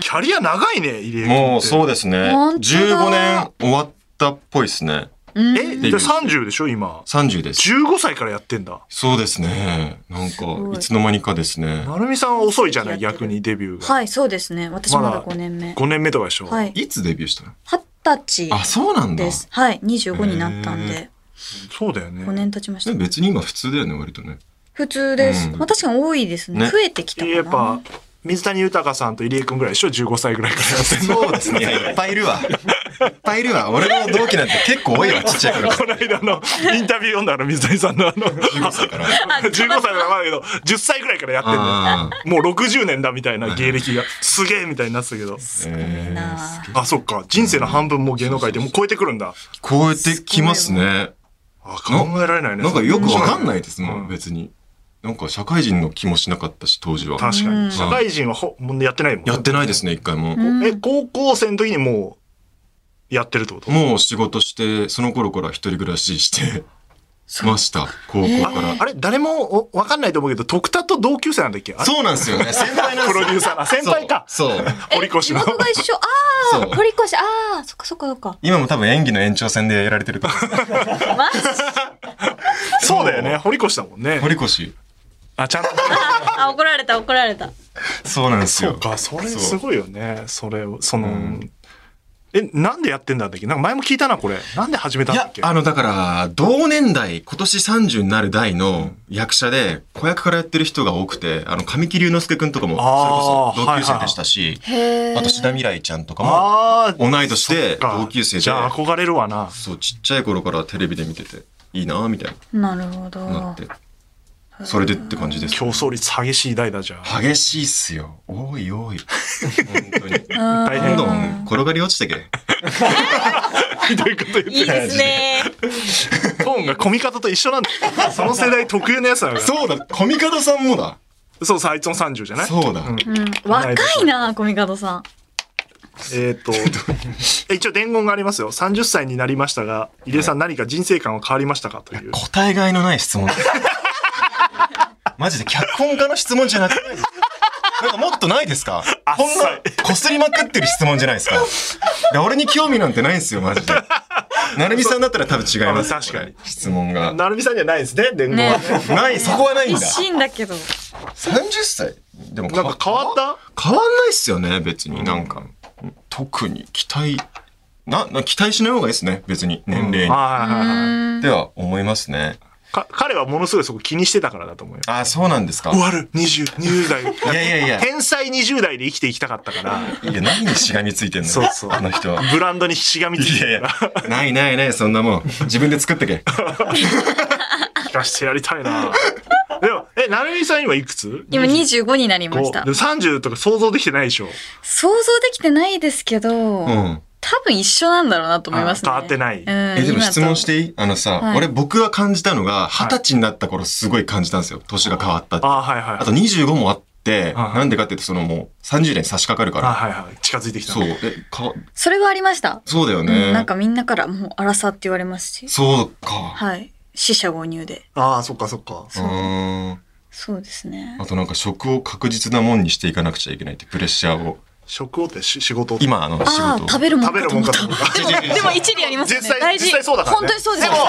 Speaker 1: キャリア長いね、入江君って。
Speaker 3: もうそうですね
Speaker 2: 本当だ
Speaker 3: 15年終わったっぽいですね
Speaker 1: え、で30でしょ、今。
Speaker 3: 30です
Speaker 1: 15歳からやってんだ。
Speaker 3: そうですねなんか
Speaker 2: ごい
Speaker 3: いつの間にかですね
Speaker 1: なるみさんは遅いじゃない、逆にデビューが。
Speaker 2: はい、そうですね。私まだ5年目。
Speaker 1: 5年目とかでしょ。
Speaker 2: はい。
Speaker 3: いつデビューしたの
Speaker 2: 二十
Speaker 3: あ
Speaker 2: 歳
Speaker 3: そうなんだ
Speaker 2: です。はい。25になったんで、
Speaker 1: そうだよね。
Speaker 2: 5年経ちまし
Speaker 3: で
Speaker 2: た
Speaker 3: も。別に今普通だよね割とね
Speaker 2: 普通です。
Speaker 3: うん
Speaker 2: まあ確かに多いですね。
Speaker 3: ね
Speaker 2: 増えてきたかな。
Speaker 1: やっぱ水谷豊さんと入江君ぐらいでしょ15歳ぐらいからやってんの
Speaker 3: そうです ね。いやいっぱいいるわ。いっぱいいるわ。俺の同期なんて結構多 いわ、ちっちゃい頃。
Speaker 1: この間のインタビュー読んだの水谷さんのあの
Speaker 3: 15歳 から。
Speaker 1: 15歳だからまだけど10歳ぐらいからやってん
Speaker 3: あ
Speaker 1: だよもう60年だみたいな芸歴がすげえみたいになってたけど
Speaker 2: すごいな。
Speaker 1: あそっか人生の半分もう芸能界でもう超えてくるんだ
Speaker 3: こうやってきますね。
Speaker 1: あ考えられないね
Speaker 3: なんかよくわかんないです
Speaker 1: う
Speaker 3: も
Speaker 1: ん
Speaker 3: ん、別に。なんか社会人の気もしなかったし、当時は。
Speaker 1: 確か
Speaker 2: う
Speaker 1: に
Speaker 2: ん
Speaker 1: 社会人はほもうやってないもん
Speaker 3: やってないですね、一回も。
Speaker 2: うん
Speaker 1: え高校生の時にもうやってるってこと
Speaker 3: もう仕事して、その頃から一人暮らししてました、高校から。
Speaker 1: あれ誰もおわかんないと思うけど徳田と同級生なんだっけあれ
Speaker 3: そうなんですよね。先輩なんですよ
Speaker 1: プロデューサーが 先輩か
Speaker 3: そう。そう
Speaker 1: 堀越
Speaker 2: 地
Speaker 1: の
Speaker 2: 元が一緒。あ
Speaker 3: そ
Speaker 2: あ、
Speaker 3: う
Speaker 2: 堀越。ああ、そっかそっかそっか。
Speaker 3: 今も多分演技の延長戦でやられてると思う。
Speaker 2: マジ。
Speaker 1: そうだよね堀越だもんね
Speaker 3: 堀越。
Speaker 1: あちゃんと
Speaker 2: あ、怒られた、怒られた。
Speaker 3: そうなんです
Speaker 1: そ
Speaker 3: よ。
Speaker 1: うか、それ
Speaker 3: そう
Speaker 1: すごいよね。それを、その、
Speaker 3: うん
Speaker 1: え、なんでやってんだっけなんか前も聞いたな、これ。なんで始めたん
Speaker 3: い
Speaker 1: だ
Speaker 3: や
Speaker 1: っけ、
Speaker 3: あの、だから、同年代、今年30になる代の役者で、子役からやってる人が多くて、あの、神木隆之介くんとかも、
Speaker 1: あー
Speaker 3: それこそ同級生でしたし、
Speaker 2: へえ。
Speaker 3: あと、志田未来ちゃんとかも、
Speaker 1: あー
Speaker 3: 同い年で、
Speaker 1: そっか
Speaker 3: 同級生で、
Speaker 1: じゃあ憧れるわな。
Speaker 3: そう、ちっちゃい頃からテレビで見てて、いいなぁみたい
Speaker 2: なるほど。
Speaker 3: な、なって、それでって感じです。
Speaker 1: 競争率激しい代だじゃん。
Speaker 3: 激しいっすよ。多い多い。本当に。
Speaker 2: 大
Speaker 3: どん
Speaker 1: 大変
Speaker 3: どん転がり落ちて け。
Speaker 1: みたいなこと言って
Speaker 2: いいですね。
Speaker 1: トーンが込み方と一緒なんだよ。その世代特有のやつなのよ。
Speaker 3: そうだ、コミカドさんもだ。
Speaker 1: そうさ、あいつも30じゃない
Speaker 3: そうだ。
Speaker 1: ん
Speaker 2: うん、若いな、コミカドさん。
Speaker 1: え っ、と、え一応伝言がありますよ。30歳になりましたが、入江さん何か人生観は変わりましたかという。
Speaker 3: 答えがいのない質問 ですマジで脚本家の質問じゃなくないですかなんかもっとないですか
Speaker 1: あっ
Speaker 3: こん
Speaker 1: さ
Speaker 3: なこすりまくってる質問じゃないですかいや俺に興味なんてないんですよマジでなるみさんだったら多分違いますよ。
Speaker 1: 確かに
Speaker 3: これ。質問が。
Speaker 1: なるみさんにはないですね、伝言はね。
Speaker 3: ない、そこはないん
Speaker 2: 一
Speaker 3: だ。
Speaker 2: 心だけど。
Speaker 3: 30歳でも
Speaker 1: なんか変わった
Speaker 3: 変わんないっすよね、別に。なんか、特に期待、な、な期待しない方がいいですね、別に。年齢に。
Speaker 1: はいはいはいは
Speaker 3: では思いますね。
Speaker 1: いか彼はものすごいそこ気にしてたからだと思うよ。
Speaker 3: あ、そうなんですか。い
Speaker 1: 終わる !20、20代。
Speaker 3: やいやいや。
Speaker 1: 天才20代で生きていきたかったから、
Speaker 3: いや、何にしがみついてんの
Speaker 1: そうそう
Speaker 3: あの人は。
Speaker 1: ブランドにしがみつい
Speaker 3: い
Speaker 1: て
Speaker 3: やい
Speaker 1: る
Speaker 3: や
Speaker 1: から、
Speaker 3: ないないない、そんなもん。自分で作ってけ。
Speaker 1: 聞かしてやりたいなでも、え、なるみさん今いくつ
Speaker 2: 今25になりました
Speaker 1: でも。30とか想像できてないでしょ。
Speaker 2: 想像できてないですけ
Speaker 3: う
Speaker 2: ど、
Speaker 3: ん。
Speaker 2: 多分一緒なんだろうなと思いますね。
Speaker 1: あ変わってない
Speaker 2: うん、
Speaker 3: え、でも
Speaker 2: 今と
Speaker 3: 質問していいあのさ、
Speaker 2: はい
Speaker 3: 俺僕が感じたのが、
Speaker 1: い
Speaker 3: 二十歳になった頃すごい感じたんですよ。年が変わったって。
Speaker 1: ああ、はいはい。
Speaker 3: あと25もあって、
Speaker 1: はい
Speaker 3: なんでかっていうとそのもう30年に差し掛かるか
Speaker 1: あ
Speaker 3: ら。
Speaker 1: はいはい。近づいてきた。
Speaker 3: そう。え、かわ、
Speaker 2: それはありました。
Speaker 3: そうだよ
Speaker 2: う
Speaker 3: ね。
Speaker 2: んなんかみんなからもう荒さって言われますし。
Speaker 3: そうか。
Speaker 2: はい。死者誤入で。
Speaker 1: ああ、そっかそっか。
Speaker 3: うーん。
Speaker 2: そうですね。
Speaker 3: あとなんか職を確実なもんにしていかなくちゃいけないってプレッシャーを。
Speaker 1: 食をってし仕事。
Speaker 3: 今あの仕
Speaker 2: ああ、
Speaker 3: 事を。
Speaker 2: 食べるもん
Speaker 1: 食べるもんかと思った
Speaker 2: でも、でも一理ありますよね。
Speaker 1: 実際、
Speaker 2: 大事
Speaker 1: 実際そうだから、ね。
Speaker 2: 本当にそうです
Speaker 1: で
Speaker 2: よ
Speaker 1: も。、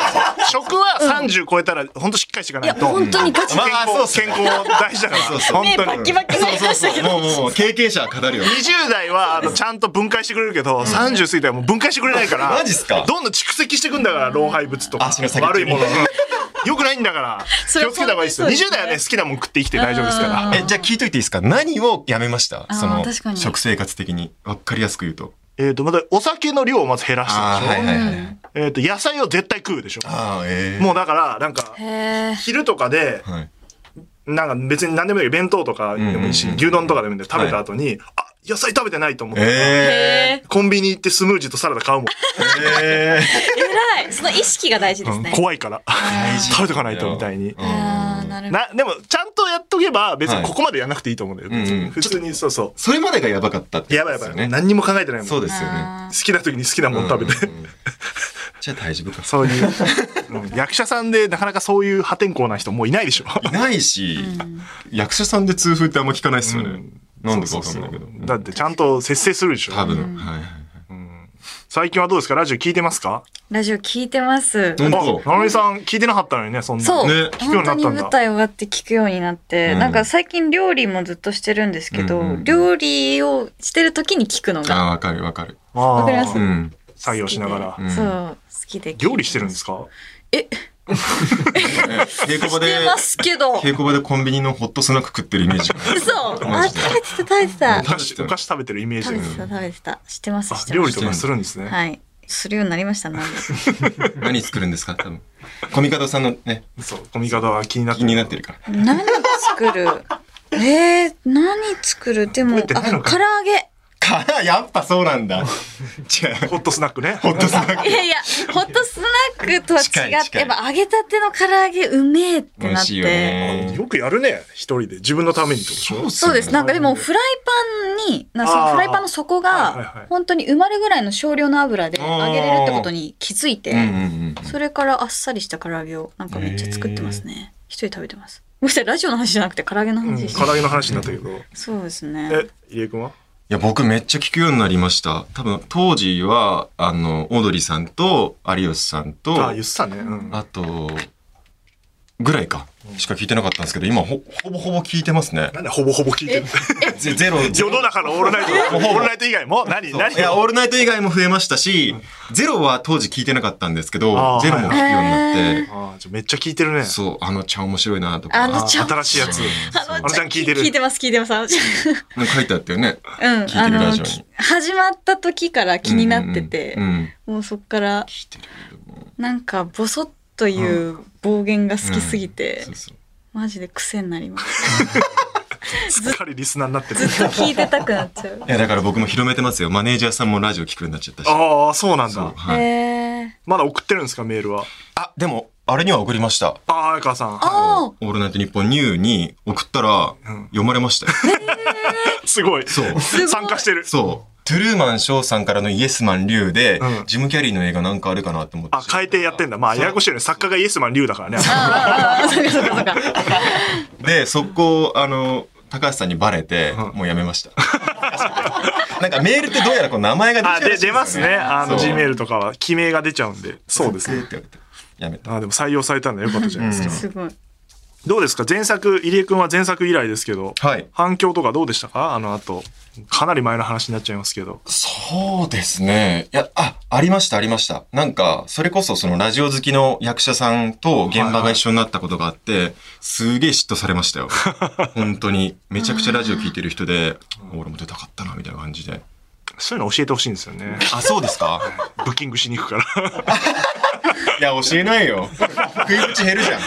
Speaker 1: 食は30超えたら、本当しっかりしていかないと。
Speaker 2: いや本当にガチ
Speaker 3: ま
Speaker 1: 健
Speaker 3: あ、そうっ
Speaker 1: 康、
Speaker 3: す
Speaker 1: 健康大事だから。
Speaker 3: そうそう
Speaker 1: 本当
Speaker 2: バ
Speaker 1: に。
Speaker 2: ッキバキになりましたけど。
Speaker 3: もうもう経験者は語るよ。
Speaker 1: 20代は あのちゃんと分解してくれるけど、30過ぎたらもう分解してくれないから
Speaker 3: マジっすか
Speaker 1: どんどん蓄積してくんだから老廃物とか
Speaker 3: 足の先
Speaker 1: 悪いもの よくないんだから
Speaker 2: それ
Speaker 1: 気をつけた方がいいですよ
Speaker 2: 本当にそうで
Speaker 1: 20
Speaker 2: すね
Speaker 1: 代はね好きなもん食って生きて大丈夫ですから
Speaker 3: え、じゃあ聞いといていいですか何をやめました
Speaker 2: あー
Speaker 3: その
Speaker 2: 確か、に
Speaker 3: 食生活的に。わかりやすく言うと。
Speaker 1: えっ、とまたお酒の量をまず減らした
Speaker 3: ああ、
Speaker 1: でしょ、
Speaker 3: はいはいはい。
Speaker 1: えっ、と野菜を絶対食うでしょ
Speaker 3: ああ、ええ。
Speaker 1: もうだからなんか
Speaker 2: へえ。
Speaker 1: 昼とかで
Speaker 3: はい。
Speaker 1: なんか別に何でもいいけど弁当とかでもいいし、
Speaker 3: うんうんうん
Speaker 1: 牛丼とかでもいいんで食べた後に、あ野菜食べてないと思って、
Speaker 3: え
Speaker 2: へえ。
Speaker 1: コンビニ行ってスムージーとサラダ買うもん
Speaker 3: え。
Speaker 2: 偉い。その意識が大事ですね。
Speaker 1: 怖いから
Speaker 3: 大事
Speaker 1: 食べとかないとみたいに
Speaker 3: うん
Speaker 2: ああ、なるほど。
Speaker 1: な、でも、ちゃんとやっとけば、別
Speaker 3: は
Speaker 1: に
Speaker 3: い
Speaker 1: ここまでやんなくていいと思うんだよ。
Speaker 3: うんうん
Speaker 1: 普通に、そうそ
Speaker 3: それまでがやばかったっ
Speaker 1: う。
Speaker 3: て
Speaker 1: や
Speaker 3: こと
Speaker 1: ばい
Speaker 3: で
Speaker 1: や
Speaker 3: す
Speaker 1: ば
Speaker 3: よ
Speaker 1: い。
Speaker 3: ね。
Speaker 1: 何にも考えてないもん。
Speaker 3: そ
Speaker 1: 好
Speaker 3: うですよね。
Speaker 2: あー
Speaker 1: きな時に好きなもの食べて。
Speaker 3: うんうんうん。じゃあ大丈夫か。
Speaker 1: そういう、うん役者さんでなかなかそういう破天荒な人もういないでしょ。
Speaker 3: い ないし、役者さんで痛風ってあんま聞かないですよね。
Speaker 1: うん
Speaker 3: なんでかわかんないけど。
Speaker 1: そうそうそうだってちゃんと節制するでしょ。
Speaker 3: 多分。はいはいはい。
Speaker 1: 最近はどうですかラジオ聞いてますか
Speaker 2: ラジオ聞いてます。
Speaker 1: あ、
Speaker 3: 本
Speaker 1: な
Speaker 3: 当
Speaker 1: るみさん聞いてなかったのにね、そんな。
Speaker 2: そう、
Speaker 3: ね
Speaker 1: 聞くよう
Speaker 2: 本
Speaker 1: にな
Speaker 2: 当
Speaker 1: ったん
Speaker 2: に舞
Speaker 1: だ。
Speaker 2: 台終わって聞くようになって、
Speaker 3: うん
Speaker 2: なんか最近料理もずっとしてるんですけど、
Speaker 3: うんうん
Speaker 2: 料理をしてる時に聞くの
Speaker 3: あ
Speaker 2: が
Speaker 3: あ、わかるわかる。
Speaker 1: あ
Speaker 2: わかります
Speaker 3: う
Speaker 1: ー
Speaker 3: ん。
Speaker 1: 作業しながら
Speaker 3: う。ん
Speaker 2: そう好きで聞い
Speaker 1: 料理してるんですか
Speaker 2: え
Speaker 3: 稽古場
Speaker 2: し
Speaker 3: で
Speaker 2: て、ますけど
Speaker 3: 稽古場でコンビニのホットスナック食ってるイメージがある。
Speaker 2: 嘘
Speaker 3: マ
Speaker 2: あ
Speaker 3: ジ
Speaker 2: 食
Speaker 3: で
Speaker 2: べてた食べてた
Speaker 1: お菓子、お菓子食べてるイメージ
Speaker 2: 食
Speaker 1: だ
Speaker 2: べ
Speaker 1: けど
Speaker 2: てた食べてたしてますし
Speaker 1: あ
Speaker 2: て
Speaker 1: 料
Speaker 2: ま
Speaker 1: 理
Speaker 2: す
Speaker 1: とかするんですね。
Speaker 2: はいするようになりましたなんで
Speaker 3: 何作るんですか多分。コミカドさんのね、
Speaker 1: そう、コミカドは気になって
Speaker 3: 気になってるから。
Speaker 2: 何作るえー、何作るでも
Speaker 1: 覚えてないの
Speaker 2: あ
Speaker 1: か
Speaker 2: 唐揚げ
Speaker 3: から、やっぱそうなん だ。じゃ
Speaker 1: ホットスナックね。
Speaker 3: あ、ホットスナック。
Speaker 2: いやいや、ホットスナックとは違
Speaker 3: 近い
Speaker 2: って、
Speaker 3: 近
Speaker 2: や
Speaker 3: い
Speaker 2: っぱ揚げたての唐揚げうめえって
Speaker 3: 美
Speaker 2: な
Speaker 3: 味し
Speaker 2: っ
Speaker 3: いよ
Speaker 2: て。
Speaker 3: ね。
Speaker 1: よくやるね、一人で。自分のためにってことでしょ
Speaker 3: っ
Speaker 2: そうです。なんかでもフライパンに、なんかそ
Speaker 1: あ
Speaker 2: の
Speaker 1: ー
Speaker 2: フライパンの底
Speaker 1: はいはいは
Speaker 2: が
Speaker 1: い
Speaker 2: 本当に埋まるぐらいの少量の油で揚げれるってことに気づい
Speaker 3: うんうん
Speaker 2: て、
Speaker 3: うん。
Speaker 2: それからあっさりした唐揚げをなんかめっちゃ作ってますね。一人食べてます。もしかしたらラジオの話じゃなくて唐揚げの
Speaker 1: う
Speaker 2: 話
Speaker 1: ん、
Speaker 2: でし
Speaker 1: 唐
Speaker 2: た。
Speaker 1: 揚げの話になったけど。
Speaker 2: そうですね
Speaker 1: え。、家くんはい
Speaker 3: や、僕めっちゃ聞くようになりました。多分、当時は、あの、オードリーさんと、有吉さんと、
Speaker 1: あ、言ってたね。うん。
Speaker 3: あと、ぐらいか、しか聞いてなかったんですけど、今ほ、ほぼほぼ聞いてます ね。
Speaker 1: なんでほぼほぼ聞い てる
Speaker 3: ゼゼロ、ゼ
Speaker 1: 世
Speaker 3: ロ
Speaker 1: の。中のオールナイト、オールナイト以外も何何
Speaker 3: いや、オールナイト以外も増えましたし、ゼロは当時聞いてなかったんですけ
Speaker 1: あ
Speaker 3: ど、
Speaker 1: ー
Speaker 3: ゼロも聞くように
Speaker 2: はい
Speaker 3: なって、
Speaker 1: あじゃあめっちゃ聞いてるね。
Speaker 3: そう、あのちゃん面白いなと
Speaker 2: あ
Speaker 3: か
Speaker 2: の、ちゃん
Speaker 1: 新しいやつ。
Speaker 2: あ
Speaker 1: あのちゃん聞いてる
Speaker 2: 聞いてます、聞いてます。あのちゃん。
Speaker 3: なんか書いてあったよね。
Speaker 2: うん、
Speaker 3: 聞いてるラジオに
Speaker 2: き始まった時から気になってて、
Speaker 3: うんうんうん。
Speaker 2: もうそっから
Speaker 3: 聞いてるけども
Speaker 2: なんかボソッという暴言が好きすぎて、
Speaker 3: そうそう
Speaker 2: マジで癖になります
Speaker 1: すっかりリスナーになってる
Speaker 2: ずっ。と聞いてたくなっちゃう
Speaker 3: いや、だから僕も広めてますよ。マネージャーさんもラジオ聞くようになっちゃったし。
Speaker 1: ああ、そうなん
Speaker 3: そう
Speaker 1: だ。
Speaker 3: はい
Speaker 2: へえ
Speaker 1: まだ送ってるんですか、メールは。
Speaker 3: あ、でも、あれには送りました。
Speaker 1: ああ、彩香さん。
Speaker 2: あ
Speaker 3: オールナイトニッポンニューに送ったら、読まれましたよ。
Speaker 1: すごい。
Speaker 3: そう。
Speaker 2: ごい
Speaker 1: 参加してる。
Speaker 3: そう。トゥルーマン翔さんからのイエスマン竜で、
Speaker 1: うん
Speaker 3: ジム・キャリーの映画なんかあるかなって思って。
Speaker 1: あ、変えてやってんだ。まあ、ややこしいよね。作家がイエスマン・リュウだからね。
Speaker 2: ああそうかそうかそうか
Speaker 3: で、速攻、あの、高橋さんにバレて、
Speaker 1: うん
Speaker 3: もうやめました。 なんかメールってどうやらこう名前が出ちゃ
Speaker 1: あ、
Speaker 3: うらしい
Speaker 1: で、
Speaker 3: です
Speaker 1: 出
Speaker 3: よ
Speaker 1: ますね。あの、
Speaker 3: そう
Speaker 1: G メールとかは、記名が出ちゃうんで。そうです
Speaker 3: っ
Speaker 1: ね。
Speaker 3: て言われてやめた。
Speaker 1: あ、でも採用されたんだよかったじゃないですか。
Speaker 2: すごい。
Speaker 1: どうですか前作、入江くんは前作以来ですけど、
Speaker 3: はい
Speaker 1: 反響とかどうでしたかあの後。かなり前の話になっちゃいますけど。
Speaker 3: そうですね。いや、あ、ありました、ありました。なんか、それこそそのラジオ好きの役者さんと現場が一緒になったことがあって、すげえ嫉妬されました よ。本当に。めちゃくちゃラジオ聞いてる人で、俺も出たかったな、みたいな感じで。
Speaker 1: そういうの教えてほしいんですよね。
Speaker 3: あ、そうですか
Speaker 1: ブッキングしに行くから。
Speaker 3: いや、教えないよ。食い口減るじゃん。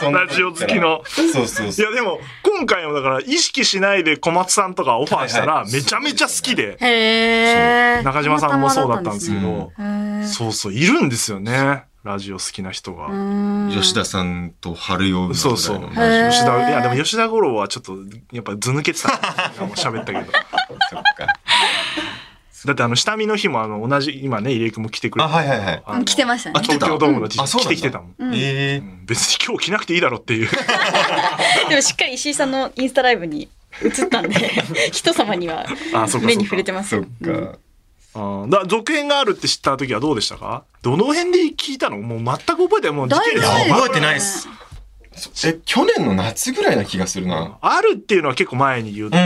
Speaker 3: そんな
Speaker 1: ラ
Speaker 3: こと
Speaker 1: ジオ好きの。
Speaker 3: 言ったら。そうそう
Speaker 1: い
Speaker 3: そう。
Speaker 1: やでも、今回もだから、意識しないで小松さんとかオファーした
Speaker 3: はい
Speaker 1: ら、
Speaker 3: はい
Speaker 1: めちゃめちゃ好きで、
Speaker 2: へえ。
Speaker 1: 中島さんもそうだったんですけ
Speaker 3: たま
Speaker 1: ど、
Speaker 2: たまだったんですね。
Speaker 1: そうそう、いるんですよね。ラジオ好きな人
Speaker 2: へ
Speaker 1: が。
Speaker 2: ー
Speaker 3: 吉田さんと春よ
Speaker 1: そうそう。吉
Speaker 2: へー
Speaker 1: 田、いやでも吉田五郎はちょっと、やっぱ図抜け てた。なんか喋ったけど。
Speaker 3: そっか。
Speaker 1: だってあの、下見の日もあの、同じ、今ね、入江君も来てくれ
Speaker 3: あ、
Speaker 1: た。
Speaker 3: はいはいはい。
Speaker 2: うん来てましたね
Speaker 3: あ。来て
Speaker 1: 東
Speaker 3: た
Speaker 1: 京ドームの T シ
Speaker 3: あ
Speaker 1: ャツ
Speaker 3: そう
Speaker 1: 着
Speaker 3: なんだ
Speaker 1: てきてたもん。
Speaker 2: ん
Speaker 3: ええ
Speaker 1: うん別に今日着なくていいだろっ ていう。
Speaker 2: でもしっかり石井さんのインスタライブに映っ たんで、人様には
Speaker 1: あそうかそうか
Speaker 2: 目に触れてます
Speaker 3: そっ
Speaker 2: よ。
Speaker 3: か。
Speaker 1: あーだから続編があるって知った時はどうでしたかどの辺で聞いたのもう全く覚えてない。もう時系
Speaker 3: い
Speaker 1: 列
Speaker 3: や
Speaker 2: だぶ前
Speaker 3: 覚えてないっす。え去年の夏ぐらいな気がするな。
Speaker 1: あるっていうのは結構前に言って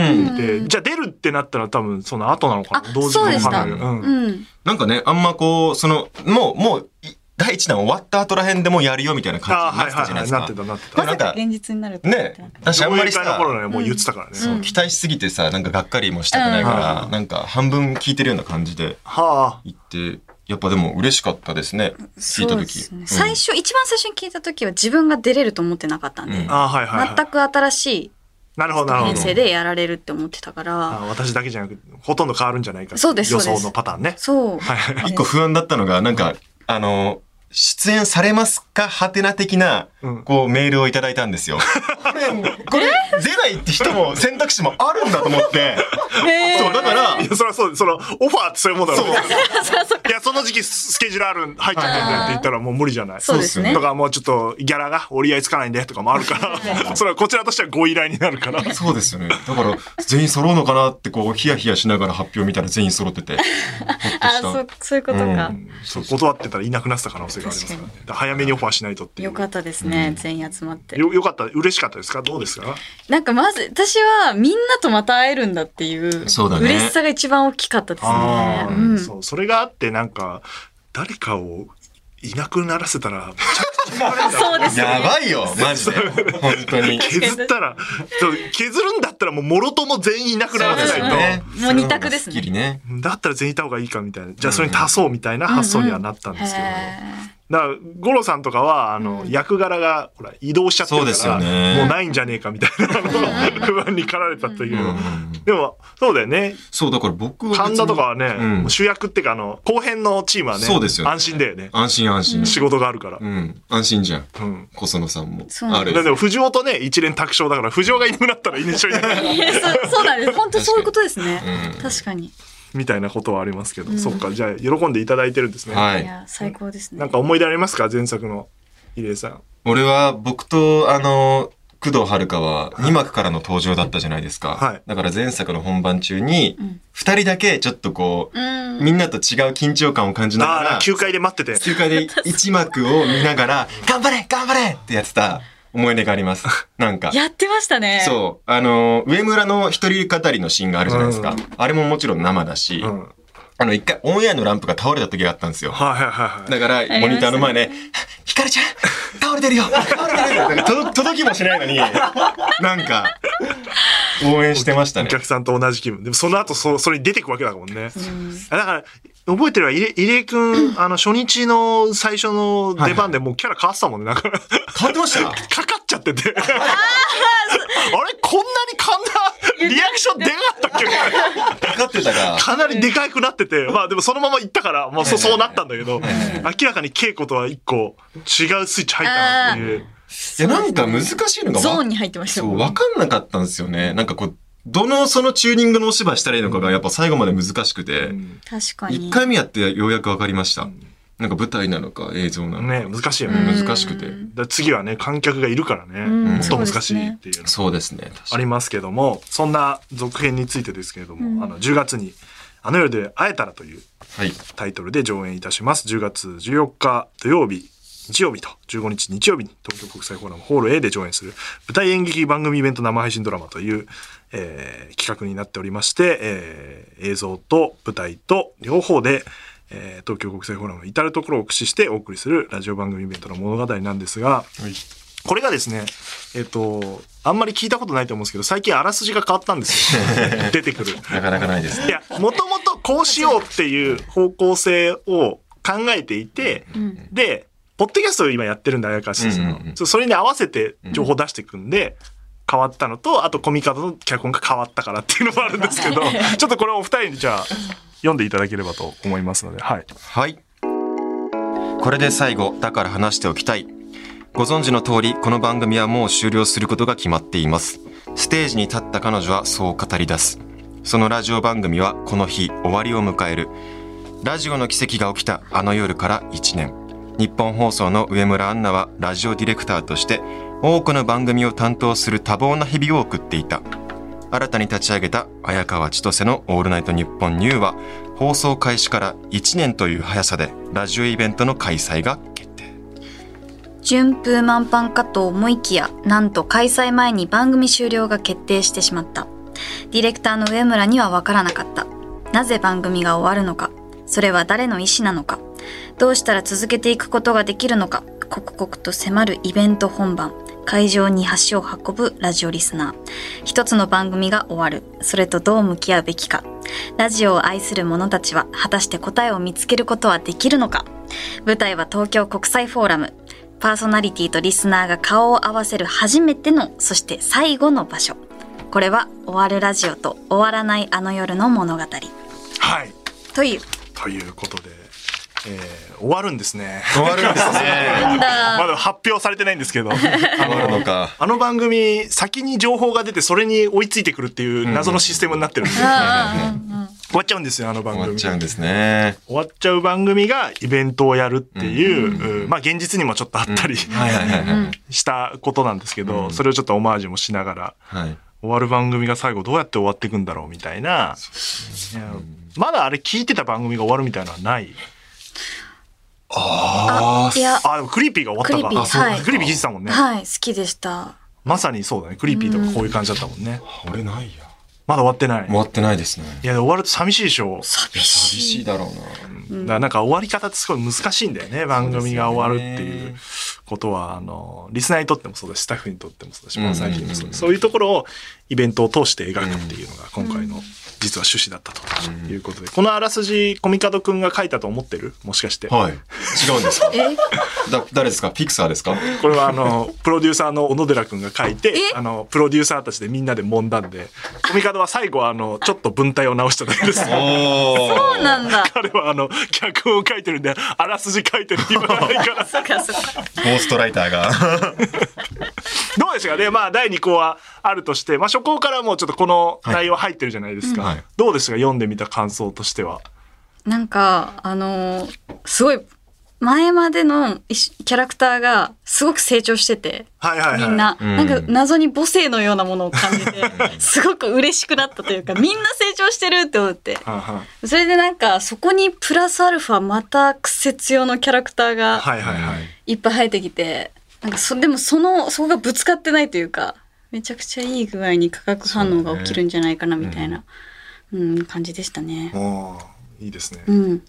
Speaker 1: て、
Speaker 2: うん
Speaker 1: じゃあ出るってなったら多分その後なのかな。
Speaker 2: あ
Speaker 1: 同時
Speaker 2: そう
Speaker 1: に
Speaker 2: でした
Speaker 1: 考えるうん
Speaker 2: うん。
Speaker 3: なんかねあんまこうそのもうもうい第一弾終わった後らへんでもうやるよみたいな
Speaker 1: あー
Speaker 3: 感じにないっ
Speaker 1: は
Speaker 3: てたじゃないです
Speaker 1: はいはい。
Speaker 3: か。
Speaker 1: なってたなってた。
Speaker 2: まさか現実になると思ってな
Speaker 3: ね
Speaker 2: かった
Speaker 3: 私あんまり
Speaker 1: 上映会の
Speaker 3: さ
Speaker 1: 頃にはもう言ってたからね。
Speaker 2: うん
Speaker 3: 期待しすぎてさなんかがっかりもしたくないから、
Speaker 1: うん
Speaker 3: なんか半分聞いてるような感じで
Speaker 1: は
Speaker 3: 言ってやっぱでも嬉しかったですね聞いた
Speaker 2: そうで
Speaker 3: 時。
Speaker 2: す
Speaker 3: う
Speaker 2: ね
Speaker 3: ん
Speaker 2: 最初、一番最初に聞いた時は自分が出れると思ってなかったん
Speaker 3: う
Speaker 2: で
Speaker 3: ん、
Speaker 1: あ。あーはいはいはい。
Speaker 2: 全く新しい
Speaker 1: なるほどなるほ
Speaker 2: 編
Speaker 1: ど。
Speaker 2: 成でやられるって思ってたか
Speaker 1: あ
Speaker 2: ら、
Speaker 1: ー私だけじゃなくほとんど変わるんじゃないかってい
Speaker 2: そうです
Speaker 1: 予
Speaker 2: そうで
Speaker 1: 想
Speaker 2: す
Speaker 1: のパターンね。
Speaker 2: そう。
Speaker 1: はい。
Speaker 3: 一個不安だったのがなんかあの出演されますかはてな的な
Speaker 1: うん
Speaker 3: こうメールをいただいたんですよ。これ これ出ないって人も選択肢もあるんだと思って。
Speaker 2: へ
Speaker 3: そうだから
Speaker 1: いやそれはそうそのオファーってそういうもんだろう
Speaker 3: そう
Speaker 1: いやその時期スケジュールあるん入っちゃってんだよって言ったらもう無理じゃない。
Speaker 2: そうですね
Speaker 1: と。かもうちょっとギャラが折り合いつかないんでとかもある から、それはこちらとしてはご依頼になるから。
Speaker 3: そうですよね。だから全員揃うのかなってこうヒヤヒヤしながら発表見たら全員揃ってて。ほっとし
Speaker 2: あ、そう
Speaker 3: た。、
Speaker 2: そういうことか。
Speaker 1: そう断ってたらいなくなってた可能性がありますからね。だから早めにオファーしないとっていう。
Speaker 2: よかったですね、全員集まって。
Speaker 1: よよかった嬉しかったですかどうですか
Speaker 2: なんかまず、私はみんなとまた会えるんだっていう、
Speaker 3: そうだね
Speaker 2: 嬉しさが一番大きかったですね
Speaker 1: あ。
Speaker 2: う
Speaker 1: ー
Speaker 2: ん。
Speaker 1: そうそれがあってなんか誰かをいなくならせたらめちゃくちゃ困るんだろう
Speaker 2: そうです
Speaker 3: や
Speaker 2: ね。
Speaker 3: ばいよマジで本当に。
Speaker 1: 削ったらそう削るんだったらもうもろとも全員いなくならせ
Speaker 2: そう
Speaker 1: ない
Speaker 2: です
Speaker 1: と。
Speaker 2: もう二択ですね
Speaker 3: っきりね。
Speaker 1: だったら全員いた方がいいかみたいな。じゃあそれに足そうみたいな発想にはなったんですけど。
Speaker 2: へ
Speaker 1: だから、五郎さんとかは、あの、役柄が、ほら、移動しちゃってる
Speaker 3: そう
Speaker 1: か
Speaker 3: ですよ
Speaker 1: ら、
Speaker 3: ね
Speaker 1: もうないんじゃねえかみたいな、あの不安に駆られたといううん
Speaker 3: うんうん
Speaker 1: でも、そうだよね。
Speaker 3: そうだから僕は別に
Speaker 1: 神田とかはね、
Speaker 3: ん
Speaker 1: もう主役っていうか、あの、後編のチームはね、
Speaker 3: そうですよね
Speaker 1: 安心だよね。
Speaker 3: 安心安心。
Speaker 1: 仕事があるから。
Speaker 3: うん安心じゃん。
Speaker 1: うん。
Speaker 3: 小園さんも
Speaker 2: そうなん
Speaker 3: あ
Speaker 2: で
Speaker 1: だ
Speaker 3: る
Speaker 1: でも、藤尾とね、一連卓勝だから、藤尾がいなくなったら、印象になる
Speaker 2: ーいや そうそうなんです。本当そういうことですね
Speaker 3: う。ん
Speaker 2: 確かに。
Speaker 1: みたいなことはありますけど、そっか、じゃあ、喜んでいただいてるんですね。
Speaker 3: はいい。
Speaker 2: や、最高です
Speaker 1: なん
Speaker 2: ね。
Speaker 1: か思い出ありますか前作の入江さん。
Speaker 3: 俺は僕とあの工藤遥は2幕からの登場だったじゃないですか、
Speaker 1: はい
Speaker 3: だから前作の本番中に
Speaker 2: うん
Speaker 3: 2人だけちょっとこ
Speaker 2: う
Speaker 3: う、
Speaker 2: ん。
Speaker 3: みんなと違う緊張感を感じなが
Speaker 1: あ
Speaker 3: ら
Speaker 1: あ、9階で待ってて。
Speaker 3: 休暇で1幕を見なが ら「頑張れ頑張れ!」ってやってた思い出があり ますなんか。
Speaker 2: やってましたね。
Speaker 3: そうあの上村の一人語りのシーンがあるじゃないですか、
Speaker 1: うん
Speaker 3: あれももちろん生だし、
Speaker 1: うん。はい
Speaker 3: あの一回オンエアのランプが倒れた時があったんですよ、
Speaker 1: はいはいはい。
Speaker 3: だから、モニターの前 ね、ひかるちゃん、倒れてるよ 倒れてるよってと届きもしないのに、なんか、応援してました
Speaker 1: お
Speaker 3: ね。
Speaker 1: 客さんと同じ気分。でもその後そ、それに出てくわけだもんね。あだから、覚えてるわ、入江入江くん、あの、初日の最初の出番でもうキャラ変わってたもんね。なんか、か
Speaker 3: 変わってました
Speaker 1: かっちゃってて。あ れこんなにかんな、リアクションでかかったっけ
Speaker 3: かかってたが、
Speaker 1: かなりでかくなってて。まあでもそのまま行ったから、まあそ
Speaker 3: はいはい
Speaker 1: そうなったんだけど、明らかに稽古とは一個違うスイッチ入ったなっていう。
Speaker 3: いや、なんか難しいのが
Speaker 2: ゾーン
Speaker 3: わ、
Speaker 2: に入ってました
Speaker 3: そ
Speaker 2: よ
Speaker 3: う、わかんなかったんですよね。なんかこう、どのそのチューニングのお芝居したらいいのかが、やっぱ最後まで難しくて、
Speaker 1: うん
Speaker 2: 確か
Speaker 3: 一
Speaker 2: に。
Speaker 3: 回目やってようやくわかりました。なんか舞台なのか映像なのか、
Speaker 1: ね難しいよね。
Speaker 2: う
Speaker 1: だか
Speaker 2: ん
Speaker 3: 難しくて
Speaker 1: ら次はね、観客がいるからね、
Speaker 2: うん
Speaker 1: もっと難しいっていうのが
Speaker 3: そうですね確
Speaker 1: あ
Speaker 3: かに
Speaker 1: りますけども、そんな続編についてですけれども、
Speaker 2: うん
Speaker 1: あの、10月に、あの夜で会えたらという
Speaker 3: はい
Speaker 1: タイトルで上演いたします。10月14日土曜日、日曜日と15日日曜日に東京国際フォーラムホール A で上演する舞台演劇番組イベント生配信ドラマという、えー企画になっておりまして、えー映像と舞台と両方で、えー東京国際フォーラムの至るところを駆使してお送りするラジオ番組イベントの物語なんですが、これがですね、えっ、と、あんまり聞いたことないと思うんですけど、最近あらすじが変わったんですよ。出てくる。
Speaker 3: なかなかないですね
Speaker 1: いや、もともとこうしようっていう方向性を考えていて、
Speaker 2: うん
Speaker 1: で、ポッドキャストを今やってるんで、あやかしさんの
Speaker 3: うんうんうん
Speaker 1: そうそれに合わせて情報出していくんで、変わったのと、あとコミカドの脚本が変わったからっていうのもあるんですけど、 ちょっとこれをお二人にじゃあ、読んでいただければと思いますので、はい。
Speaker 3: はい。これで最後、だから話しておきたい。ご存知の通り、この番組はもう終了することが決まっています。ステージに立った彼女はそう語り出す。そのラジオ番組はこの日終わりを迎える。ラジオの奇跡が起きたあの夜から1年。日本放送の上村アンナはラジオディレクターとして多くの番組を担当する多忙な日々を送っていた。新たに立ち上げた綾川千歳の「オールナイトニッポンニューは放送開始から1年という速さでラジオイベントの開催が決定
Speaker 2: 順風満帆かと思いきやなんと開催前に番組終了が決定してしまったディレクターの上村には分からなかったなぜ番組が終わるのかそれは誰の意思なのかどうしたら続けていくことができるのか刻々と迫るイベント本番会場に橋を運ぶラジオリスナー一つの番組が終わるそれとどう向き合うべきかラジオを愛する者たちは果たして答えを見つけることはできるのか舞台は東京国際フォーラムパーソナリティとリスナーが顔を合わせる初めてのそして最後の場所これは終わるラジオと終わらないあの夜の物語
Speaker 1: はい。
Speaker 2: という
Speaker 1: ということで、えー終わるんですね。
Speaker 3: 終わるんですね
Speaker 1: まだ発表されてないんですけど。
Speaker 3: 終わるのか
Speaker 1: あの番組、先に情報が出て、それに追いついてくるっていう謎のシステムになってるんで、終わっちゃうんですよ、あの番
Speaker 3: 終わっ
Speaker 1: 組。
Speaker 3: ちゃうんですね
Speaker 1: 終わっちゃう番組がイベントをやるっていう、うんまあ現実にもちょっとあったり、
Speaker 3: はいはいはいはい
Speaker 1: したことなんですけど、それをちょっとオマージュもしながら、
Speaker 3: はい
Speaker 1: 終わる番組が最後どうやって終わっていくんだろうみたいな、いやまだあれ聞いてた番組が終わるみたいなのはない。
Speaker 3: あ
Speaker 2: いや
Speaker 1: あ、でもクリーピーが終わったか。
Speaker 2: クリーピーあそうはい
Speaker 1: クリーピー聞いてたもんね。
Speaker 2: はい好きでした
Speaker 1: まさにそうだね。クリーピーとかこういう感じだったもんね。
Speaker 3: あ俺ないや
Speaker 1: まだ終わってない。
Speaker 3: 終わってないですね
Speaker 1: いや、終わると寂しいでしょ。
Speaker 2: 寂
Speaker 3: 寂しいだろうな
Speaker 1: だからなんか終わり方ってすごい難しいんだよね。番組が終わるって
Speaker 3: そうで
Speaker 1: い
Speaker 3: すよ
Speaker 1: う
Speaker 3: ね
Speaker 1: ことは、あの、リスナーにとってもそうだし、スタッフにとってもそうだし、
Speaker 3: うんうんうん
Speaker 1: パーソナリティにもそうだしそういうところをイベントを通して描くっていうのが今回の実は趣旨だったということで、このあらすじ、コミカドくんが書いたと思ってるもしかして。
Speaker 3: はい違うんですか
Speaker 2: え
Speaker 3: だ誰ですかピクサーですか
Speaker 1: これはあの、プロデューサーの小野寺くんが書いて、あの、プロデューサーたちでみんなで揉んだんで、コミカドは最後はあの、ちょっと文体を直しただけです。
Speaker 3: お
Speaker 2: そうなんだ
Speaker 1: 彼はあの、脚本を書いてるんで、あらすじ書いてる暇がないから。
Speaker 2: そっかそっか
Speaker 3: ゴーストライターが
Speaker 1: どうでしたかねまあ、第2項はあるとして、まあ、初項からもうちょっとこの内容入ってるじゃないですか。
Speaker 3: はいうん
Speaker 1: どうでしたか読んでみた感想としては。
Speaker 2: なんかあのーすごい前までの一緒キャラクターがすごく成長してて
Speaker 1: はいはいはい。
Speaker 2: みんな、
Speaker 3: うん
Speaker 2: なんか謎に母性のようなものを感じて、すごく嬉しくなったというか、みんな成長してるって思って。
Speaker 1: はんはん
Speaker 2: それでなんか、そこにプラスアルファまたクセ強のキャラクターが
Speaker 1: はいはいはい。
Speaker 2: いっぱい生えてきて、なんかそ、でもその、そこがぶつかってないというか、めちゃくちゃいい具合に化学反応が起きるんじゃないかなみたいな、うん、感じでしたね。
Speaker 1: おーいいですね
Speaker 2: う。ん。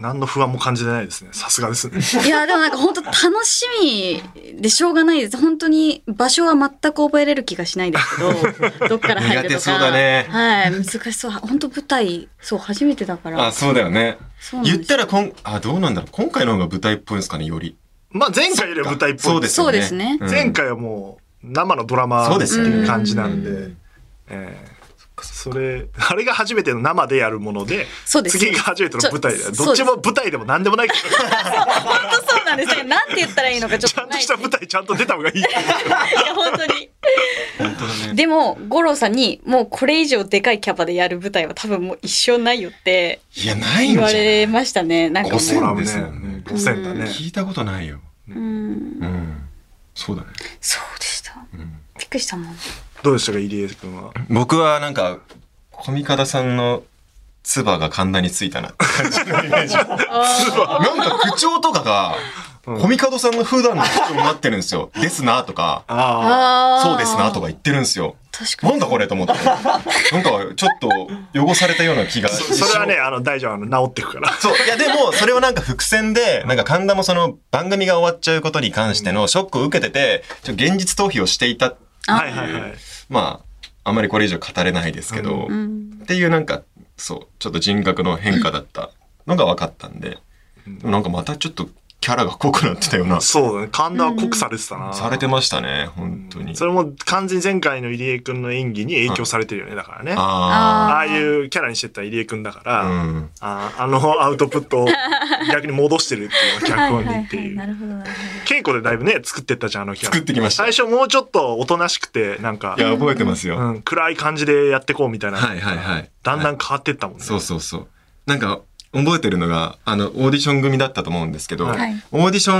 Speaker 1: 何の不安も感じてないですね。さすがですね。
Speaker 2: いや、でもなんか本当楽しみでしょうがないです。本当に場所は全く覚えれる気がしないですけ ど、どっから入
Speaker 3: 苦
Speaker 2: るとか。
Speaker 3: 手そうだね
Speaker 2: はい、難しそう。本当舞台、そう、初めてだから。
Speaker 3: あそうだよね
Speaker 2: そうなん
Speaker 3: 言っ
Speaker 2: です
Speaker 3: たらこんあどうなんだろう今回の方が舞台っぽいんですかねより
Speaker 1: まあ、前回よりは舞台っぽい。
Speaker 3: そうですよね
Speaker 2: そうですね
Speaker 3: ん
Speaker 1: 前回はもう生のドラマ
Speaker 3: そう
Speaker 1: って
Speaker 3: ですよ
Speaker 1: い
Speaker 3: ね
Speaker 1: う感じなんで、
Speaker 3: うん
Speaker 1: えーそれあれが初めての生でやるもので
Speaker 2: そうです
Speaker 1: 次が初めての舞台
Speaker 2: ちょ
Speaker 1: どっちも舞台でも何でもない けど
Speaker 2: 本当そうなんですね。なんて言ったらいいのかちょっ
Speaker 1: ちゃん
Speaker 2: と
Speaker 1: と
Speaker 2: ない。
Speaker 1: し
Speaker 2: いや
Speaker 1: た、舞台ちゃんと出た方がいい。
Speaker 2: 本当に。でも、五郎さんに、もうこれ以上でかいキャパでやる舞台は多分もう一生ないよって
Speaker 3: いやないん
Speaker 2: 言
Speaker 3: じゃ
Speaker 2: わ
Speaker 3: ない
Speaker 2: れましたね。なんかもう。
Speaker 3: 5000ですもんね
Speaker 1: ポセンだね。
Speaker 3: 聞いたことないよ。
Speaker 2: うん
Speaker 3: うん。そうだね。
Speaker 2: そうでしたびっくりしたもん
Speaker 1: どうでしたか、入江君は。
Speaker 3: 僕はなんか、コミカドさんの唾が神田についたなって感じのイメージ。 なんか口調とかが、コミカドさんの普段の口調になってるんですよ。ですなとか、
Speaker 1: ああ。
Speaker 2: あ
Speaker 3: そうですなと
Speaker 2: か
Speaker 3: か言ってるんですよ。
Speaker 2: 確か
Speaker 3: な
Speaker 2: に
Speaker 3: んだこれと思って。なんかちょっと汚されたような気が
Speaker 1: そそれはね、あの、大丈夫、あの、治ってくから。
Speaker 3: そう。いや、でも、それはなんか伏線で、なんか神田もその番組が終わっちゃうことに関してのショックを受けてて、ちょっと現実逃避をしていた。
Speaker 2: あ
Speaker 1: はいはいはい。
Speaker 3: まあ、あまりこれ以上語れないですけど、
Speaker 2: うん
Speaker 3: っていうなんか、そう、ちょっと人格の変化だったのが分かったんで、でもなんかまたちょっとキャラが濃くなってたような、
Speaker 1: そうだね。神田は濃くされてたな。
Speaker 3: されてましたね、本当に
Speaker 1: そ。れも完全に前回の入江君の演技に影響されてるよね、だからね。あ
Speaker 3: あ
Speaker 2: あ
Speaker 1: あいうキャラにしてった入江君だから、
Speaker 3: あ。うん。
Speaker 1: ああのアウトプットを逆に戻してるっていうのが脚
Speaker 2: はい
Speaker 1: 本
Speaker 2: は
Speaker 1: に
Speaker 2: い
Speaker 1: って。
Speaker 2: はいいうなるほどなるほ
Speaker 1: 稽古でだいぶね、作ってったじゃん、あのキャラ。
Speaker 3: 作ってきました
Speaker 1: 最初もうちょっとおとなしくて、なんか
Speaker 3: い、や、覚えてますよ。
Speaker 1: うん、暗い感じでやってこうみたいな。
Speaker 3: はいはいはい
Speaker 1: だんだん変わってったもんね。
Speaker 3: そうそうそう。なんか、覚えてるのが、あの、オーディション組だったと思うんですけど、
Speaker 1: はい
Speaker 3: オーディショ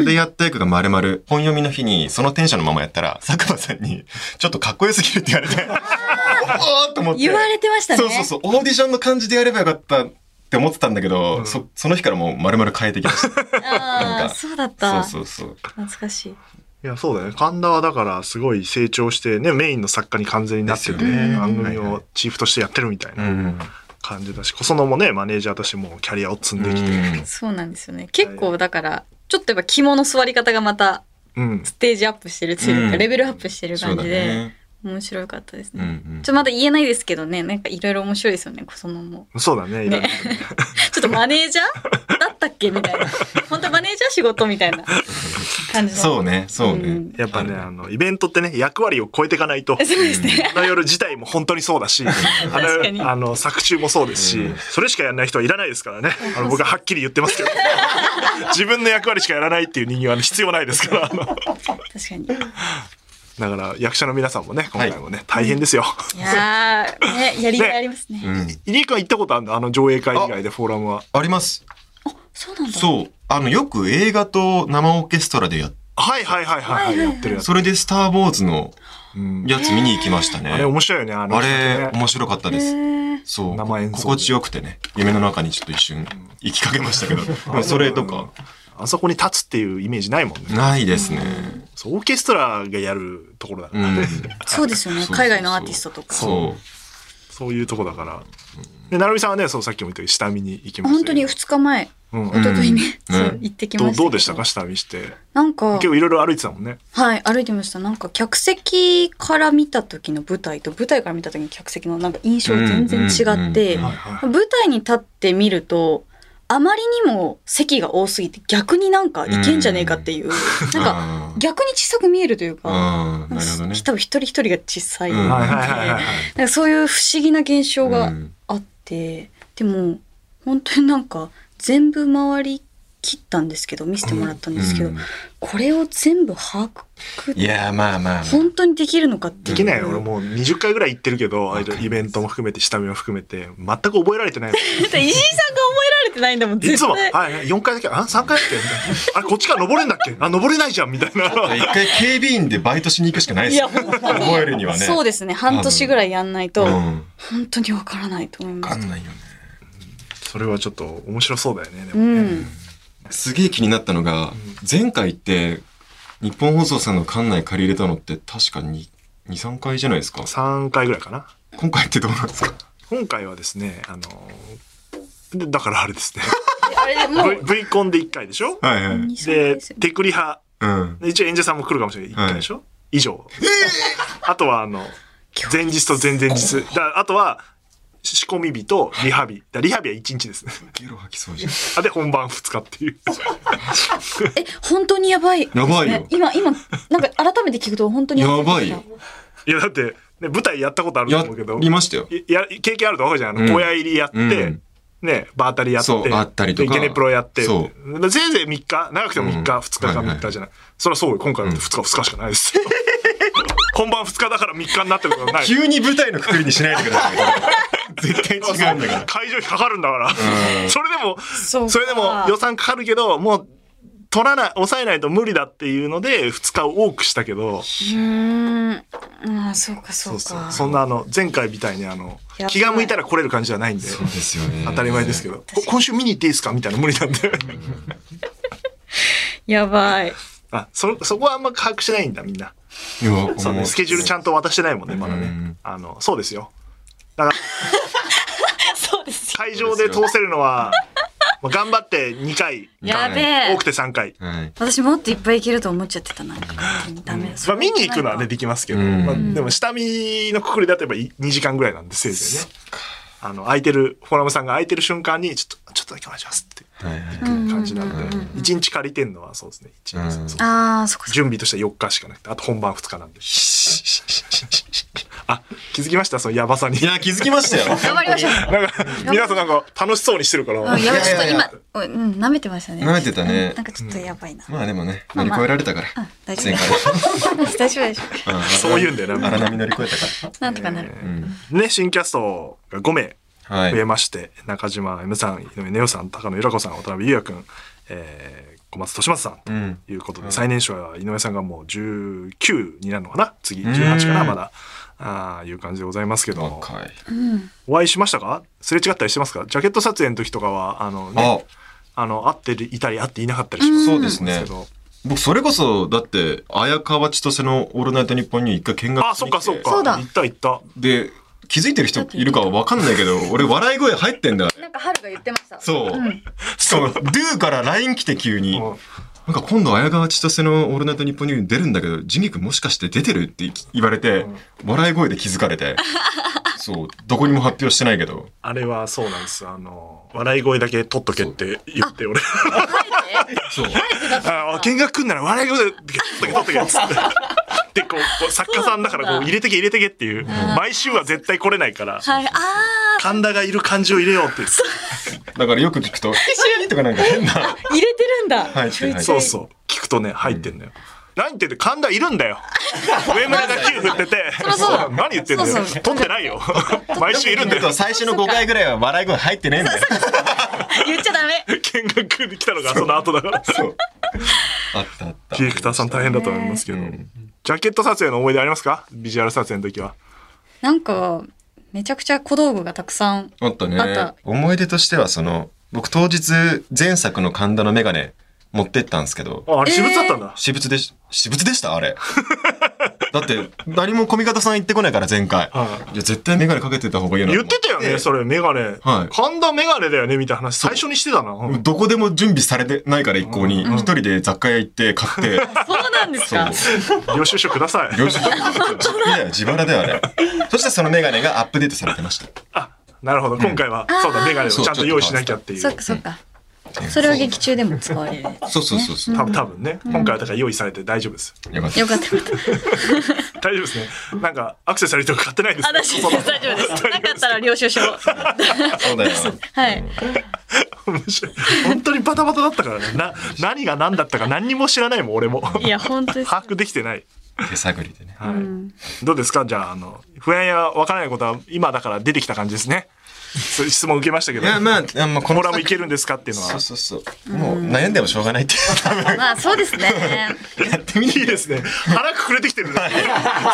Speaker 3: ンでやった役が丸々、本読みの日にそのテンションのままやったら、佐久間さんに、ちょっとかっこよすぎるって言われ て、おおーっと思っ
Speaker 2: ど
Speaker 3: て。
Speaker 2: 言われてましたね
Speaker 3: そうそうそう、オーディションの感じでやればよかったって思ってたんだけど、
Speaker 1: うん
Speaker 3: そその日からもう丸々変えてきましな
Speaker 2: あ
Speaker 3: ん
Speaker 2: あ
Speaker 3: か
Speaker 2: そうだった
Speaker 3: た。そうそうそう。
Speaker 2: 懐かしい
Speaker 1: いや、そうだよね。神田はだからすごい成長してね、メインの作家に完全になってて、
Speaker 3: です
Speaker 2: よね
Speaker 1: 番組
Speaker 3: はいは。
Speaker 1: をチーフとしてやってるみたいうなん感じだし、小園もね、マネージャーとしてもうキャリアを積んできて。
Speaker 2: そうなんですよね結構だからちょっとやっぱ肝の座り方がまた
Speaker 1: うん。
Speaker 2: ステージアップしてるというか、
Speaker 3: うん
Speaker 2: レベルアップしてる
Speaker 3: そう
Speaker 2: 感
Speaker 3: だ
Speaker 2: じで、
Speaker 3: ね。
Speaker 2: 面白かったです
Speaker 3: うん
Speaker 2: ね、
Speaker 3: うん
Speaker 2: ちょっとまだ言えないですけどねなんかいろいろ面白いですよねそのも
Speaker 1: そうだね。いろいろ
Speaker 2: ちょっとマネージャーだったっけみた いな本当マネージャー仕事みたいな感じの
Speaker 3: そうね、そう
Speaker 2: う
Speaker 3: ね
Speaker 2: ん。
Speaker 1: やっぱね、あの、イベントってね、役割を超えていか ないと。
Speaker 2: そうですね、
Speaker 1: あの夜自体も本当にそうだし、あ
Speaker 2: 確かに
Speaker 1: の、あの作中もそうですし、
Speaker 3: うん
Speaker 1: それしかやらない人はいらないですからね。あの僕ははっきり言ってますけど、 自分の役割しかやらないっていう人間はね必要ないですから。あの
Speaker 2: 確かにい
Speaker 1: だから役者の皆さんもね、今回もね、大変ですよ。
Speaker 2: やーねやりがいありますね
Speaker 3: うんうん
Speaker 1: 入江君は行ったことあるんだ、あの上映会以外でフォーラムは。
Speaker 3: あります。
Speaker 2: そうなんだ
Speaker 3: そう。あの、よく映画と生オーケストラでやっ
Speaker 1: はいはいはいはい、はい、やってるやつ。
Speaker 3: それでスター・ウォーズの
Speaker 1: うん
Speaker 3: やつ見に行きましたね。
Speaker 1: あれ面白いよね、あの
Speaker 3: あ
Speaker 1: 人ね。
Speaker 3: れ、面白かった
Speaker 2: へ
Speaker 3: です。
Speaker 2: ー
Speaker 3: そう。
Speaker 1: 生演奏で
Speaker 3: 心地よくてね。夢の中にちょっと一瞬行きかけましたけど。でもそれとか、
Speaker 1: あそこに立つっていうイメージないもんね。
Speaker 3: ないですね。
Speaker 1: そうオーケストラがやるところだか
Speaker 3: う
Speaker 1: ら、
Speaker 3: ん。
Speaker 2: そうですよね
Speaker 3: そうそうそう
Speaker 2: 海外のアーティストとか
Speaker 3: そう。
Speaker 1: そういうとこだから。で、なるみさんはね、そうさっきも言ったように下見に行きましたよ
Speaker 2: 本当に2日前
Speaker 1: うん
Speaker 2: 一昨日ね、
Speaker 3: うん
Speaker 2: そう
Speaker 3: ね
Speaker 2: 行ってきま
Speaker 1: ど
Speaker 2: し
Speaker 1: う
Speaker 2: た
Speaker 1: どうでしたか下見して
Speaker 2: なんか
Speaker 1: 結構いろいろ歩いてたもんね
Speaker 2: はい、歩いてました。なんか客席から見た時の舞台と舞台から見た時の客席のなんか印象全然違って、
Speaker 3: うんうんうんうん
Speaker 1: は
Speaker 2: 舞台に立ってみると、あまりにも席が多すぎて逆になんかいけんじゃねえかっていう、なんか
Speaker 3: か
Speaker 2: 逆に小さく見えるというか、
Speaker 3: あーなるほどね。
Speaker 2: 多分一人一人が小さい、
Speaker 3: うん
Speaker 2: なん
Speaker 1: はいはいはいはい
Speaker 2: かそういう不思議な現象
Speaker 3: う
Speaker 2: が
Speaker 3: ん
Speaker 2: あって、でも本当になんか全部回り切ったんですけど見せてもらったんですけど、
Speaker 3: うん
Speaker 2: これを全部把握
Speaker 3: いやーまあまあまあ。
Speaker 2: 本当にできるのかって
Speaker 1: で
Speaker 2: いう
Speaker 1: きないよ俺もう20回ぐらい行ってるけどああいうイベントも含めて下見も含めて全く覚えられてないもん
Speaker 2: だって石井さんが覚えられてないんだもん
Speaker 1: い
Speaker 2: 絶
Speaker 1: つも
Speaker 2: 対
Speaker 1: あ4回だけあ3回だっけみたいなあれこっちから登れんだっけあ登れないじゃんみたいな
Speaker 3: 一回警備員でバイトしに行くしかないですよ。
Speaker 2: いや本当に
Speaker 3: 覚えるにはね。
Speaker 2: そう
Speaker 3: で
Speaker 2: ですね半年ぐらいやんないと
Speaker 3: うん。
Speaker 2: 本当にわからないと思い
Speaker 3: わ
Speaker 2: ま
Speaker 3: か
Speaker 2: す
Speaker 3: んないよね。
Speaker 1: それはちょっと面白そうだよねで
Speaker 2: う
Speaker 1: もね、
Speaker 2: ん
Speaker 3: すげえ気になったのが、前回って、日本放送さんの館内借り入れたのって確かに2、3回じゃないですか。
Speaker 1: 3回ぐらいかな
Speaker 3: 今回ってどうなんですか
Speaker 1: 今回はですねあのでだからあれですね
Speaker 2: であれでもう
Speaker 1: V, v コンで1回でしょ
Speaker 3: はいはい。
Speaker 2: 23回
Speaker 1: で
Speaker 2: ですよね
Speaker 1: テクリ派
Speaker 3: うん。
Speaker 1: で一応演者さんも来るかもしれない1回でしょ、以上、あとはあの
Speaker 2: 今日
Speaker 1: 前日と前々日だあとは仕込み日とリハビだリハビは1日ですね
Speaker 3: ゲロ吐きそうじゃん。
Speaker 1: あで本番2日っていう
Speaker 2: え本当にやばいですね
Speaker 3: やばいよ
Speaker 2: 今今なんか改めて聞くと本当にでした
Speaker 3: やばい
Speaker 1: いやだって、ね、舞台やったことあると
Speaker 3: や
Speaker 1: 思うけど
Speaker 3: りましたよ。
Speaker 1: いや経験あると分かるじゃんあ
Speaker 3: う
Speaker 1: の
Speaker 3: ん
Speaker 1: 小屋入りやって、
Speaker 3: うん
Speaker 1: ねバータリやって
Speaker 3: そうバータリとか
Speaker 1: でゲネプロやって
Speaker 3: そ
Speaker 1: でせいぜい3日長くても3日、
Speaker 3: うん
Speaker 1: 2日か3日じゃない、そりゃそうよ今回だって2日2日しかない ですよ本番2日だから3日になってることはない
Speaker 3: 急に舞台のくくりにしないでください。絶対違うんだから。
Speaker 1: 会場費かかるんだから。それでも、
Speaker 2: そうか
Speaker 1: それでも予算かかるけど、もう、取らない、抑えないと無理だっていうので、2日を多くしたけど、
Speaker 2: うーん。ああ、そうか、そうか。
Speaker 1: そんなあの、前回みたいにあの
Speaker 2: やばい、
Speaker 1: 気が向いたら来れる感じじゃないんで、
Speaker 3: そうですよね。
Speaker 1: 当たり前ですけど、こ今週見に行っていいですかみたいな無理なんで。
Speaker 2: やばい。
Speaker 1: あ、そ、そこはあんま把握してないんだ、みんな。
Speaker 3: いや。
Speaker 1: そうね、スケジュールちゃんと渡してないもんね、まだ
Speaker 3: う
Speaker 1: ね
Speaker 3: ん。
Speaker 1: あの、そうですよ。だから、
Speaker 2: そうですよ。
Speaker 1: 会場で通せるの は、まあ頑張って2回、
Speaker 2: やべえ
Speaker 1: 多く。て3回。
Speaker 3: はい。
Speaker 2: 私もっといっぱいいけると思っちゃってた。なんか勝手にダメ。
Speaker 1: まあ、見に行くのはね、できますけど、
Speaker 3: うん
Speaker 1: まあ、でも下見のくくりだとやっぱ2時間ぐらいなんで、せいぜいね。あの、空いてる、フォーラムさんが空いてる瞬間に、ちょっと、ちょっとだけお願いしますって
Speaker 3: はい。
Speaker 1: いう感じなんで
Speaker 2: うんうんうん、
Speaker 1: 1日借りてんのはそうですね、一日
Speaker 3: うん
Speaker 1: そう
Speaker 2: ああ、そこそこ。
Speaker 1: 準備としては4日しかなくて、あと本番2日なんで。あ、気づきましたそのヤバさに。
Speaker 3: いや、気づきましたよ。
Speaker 2: 頑張りましょう。
Speaker 1: なんか、皆さんなんか楽しそうにしてるから。
Speaker 2: うんやばい、
Speaker 3: い
Speaker 2: ちょっと
Speaker 3: やいやい
Speaker 2: 今
Speaker 3: や、
Speaker 2: うん、舐めてましたね。
Speaker 3: 舐めてたね
Speaker 2: うんなんかちょっとやばいな。
Speaker 3: まあでもね、
Speaker 2: ま
Speaker 3: 乗
Speaker 2: あ
Speaker 3: り
Speaker 2: まあ
Speaker 3: 越えられたから。
Speaker 2: 大丈
Speaker 3: 前回。
Speaker 2: 夫。大丈夫でしょ。
Speaker 3: うん
Speaker 1: そういうんだよな
Speaker 3: 荒波乗り越えたか
Speaker 2: なんとかなる。
Speaker 3: ら。うん。
Speaker 1: ね、新キャストが5名
Speaker 3: は
Speaker 1: 増え
Speaker 3: い。
Speaker 1: まして、中島 M さん、井上ねおさん、高野由良子さん、渡辺裕也くん、えー小松利正さん
Speaker 3: う
Speaker 1: と
Speaker 3: ん。
Speaker 1: いうことで、
Speaker 3: うん
Speaker 1: 最年少は井上さんがもう19になるのかな次18かな
Speaker 3: うん
Speaker 1: まだ。ああいう感じでございますけども
Speaker 3: 若い。
Speaker 2: うん。
Speaker 1: お会いしましたかすれ違ったりしてますかジャケット撮影の時とかは、あの、
Speaker 3: あ
Speaker 1: ね、、あの、会っていたり会っていなかったりします
Speaker 3: そうですね
Speaker 1: け。ど
Speaker 3: 僕、それこそ、だって、綾川千歳のオールナイトニッポンに一回見学
Speaker 1: あ、
Speaker 3: し
Speaker 1: そっ
Speaker 3: に来
Speaker 1: か
Speaker 3: て
Speaker 1: そっか。
Speaker 2: そうだ
Speaker 1: 行った行った。
Speaker 3: で、気づいてる人いるかはわかんないけど、俺、笑い声入ってんだ。
Speaker 2: なんか春が言ってました。
Speaker 3: そう
Speaker 2: うん。
Speaker 3: しかも、ドゥから LINE 来て急に。
Speaker 1: うん
Speaker 3: なんか今度、綾川千歳のオールナイトニッポンに出るんだけど、ジミー君もしかして出てるって言われて、笑い声で気づかれて。そう、どこにも発表してないけど。
Speaker 1: あれはそうなんです。あの、笑い声だけ取っとけって言って、俺。
Speaker 3: そう。
Speaker 1: あ、見学来んなら笑い声だけ取っとけ、取っとけ、つって。で、こう、こう作家さんだから、こう、入れてけ、入れてけっていう。毎週は絶対来れないから、
Speaker 2: はい。ああ
Speaker 1: 神田がいる感じを入れようっていう。
Speaker 3: だからよく聞くと、とかなんか変な。
Speaker 2: ー、入れてるんだ。
Speaker 3: 入ってる入ってる
Speaker 1: そうそう。聞くとね、入ってんだよ。なんて言って、神田いるんだよ。上村が9振ってて。
Speaker 2: そう だ
Speaker 1: 何言ってんだよ
Speaker 2: そうそ。う
Speaker 1: 取ってないよ。 毎週いるんだ よ。
Speaker 3: 最初の5回ぐらいは笑い声入ってねえんだよ。
Speaker 2: 言っちゃダメ。
Speaker 1: 見学に来たのがその後だから。
Speaker 3: そう。あったあった。
Speaker 1: ディレクターさん大変だと思いますけど。ジャケット撮影の思い出ありますかビジュアル撮影の時は。
Speaker 2: なんか、めちゃくちゃ小道具がたくさん。
Speaker 3: あったね。
Speaker 2: あった
Speaker 3: 思い出としては、その、僕当日、前作の神田のメガネ持ってったんですけど、
Speaker 1: あ、あれ私物だったんだ。
Speaker 3: 私物でし、私物でしたあれ。だって、誰も小味方さん行ってこないから、前回。
Speaker 1: はい
Speaker 3: や、絶対メガネかけてた方がいいなと
Speaker 1: 言
Speaker 3: 思
Speaker 1: っ。てたよね、それ、メガネ。
Speaker 3: はい
Speaker 1: 神田メガネだよね、みたいな話、最初にしてたな。うん
Speaker 3: どこでも準備されてないから一向に、一人で雑貨屋行って買 って、
Speaker 2: そうなんです
Speaker 3: そう
Speaker 2: か。。
Speaker 1: 領収書ください。
Speaker 3: 領収書いやいや自腹ではね。そしてそのメガネがアップデートされてました。
Speaker 1: あ、なるほど、今回は、そうだ、メガネをちゃんと用意しなきゃってい
Speaker 2: そうっ。かそっか。 それは劇中でも使われる。
Speaker 3: そうそうそうそう。
Speaker 1: 多分多分ね、今回はだから用意されて大丈夫です。
Speaker 3: よかった
Speaker 2: よ。かったよかった。
Speaker 1: 大丈夫ですね。なんか、アクセサリーとか買ってないですね
Speaker 2: 私、大丈夫です。なかったら領収書。は
Speaker 3: そうだよ。
Speaker 2: い。
Speaker 1: 面白い本当にバタバタだったからね。な、何が何だったか何にも知らないもん、俺も。
Speaker 2: いや、本当で す。
Speaker 1: 把握できてない。
Speaker 3: 手探りでね。
Speaker 1: はいどうですかじゃあ、あの、不安やわからないことは今だから出てきた感じですね。そういう質問受けましたけ
Speaker 3: い
Speaker 1: ど。
Speaker 3: や、まあ、あまあ、こ
Speaker 1: フ
Speaker 3: の
Speaker 1: ォーラムいけるんですかっていうの
Speaker 3: そ
Speaker 1: は
Speaker 3: う。そうそう。もう悩んでもしょうがないっ て。多分
Speaker 2: まあ、そうですね。
Speaker 3: やってみない
Speaker 1: いですね。腹くくれてきてるね。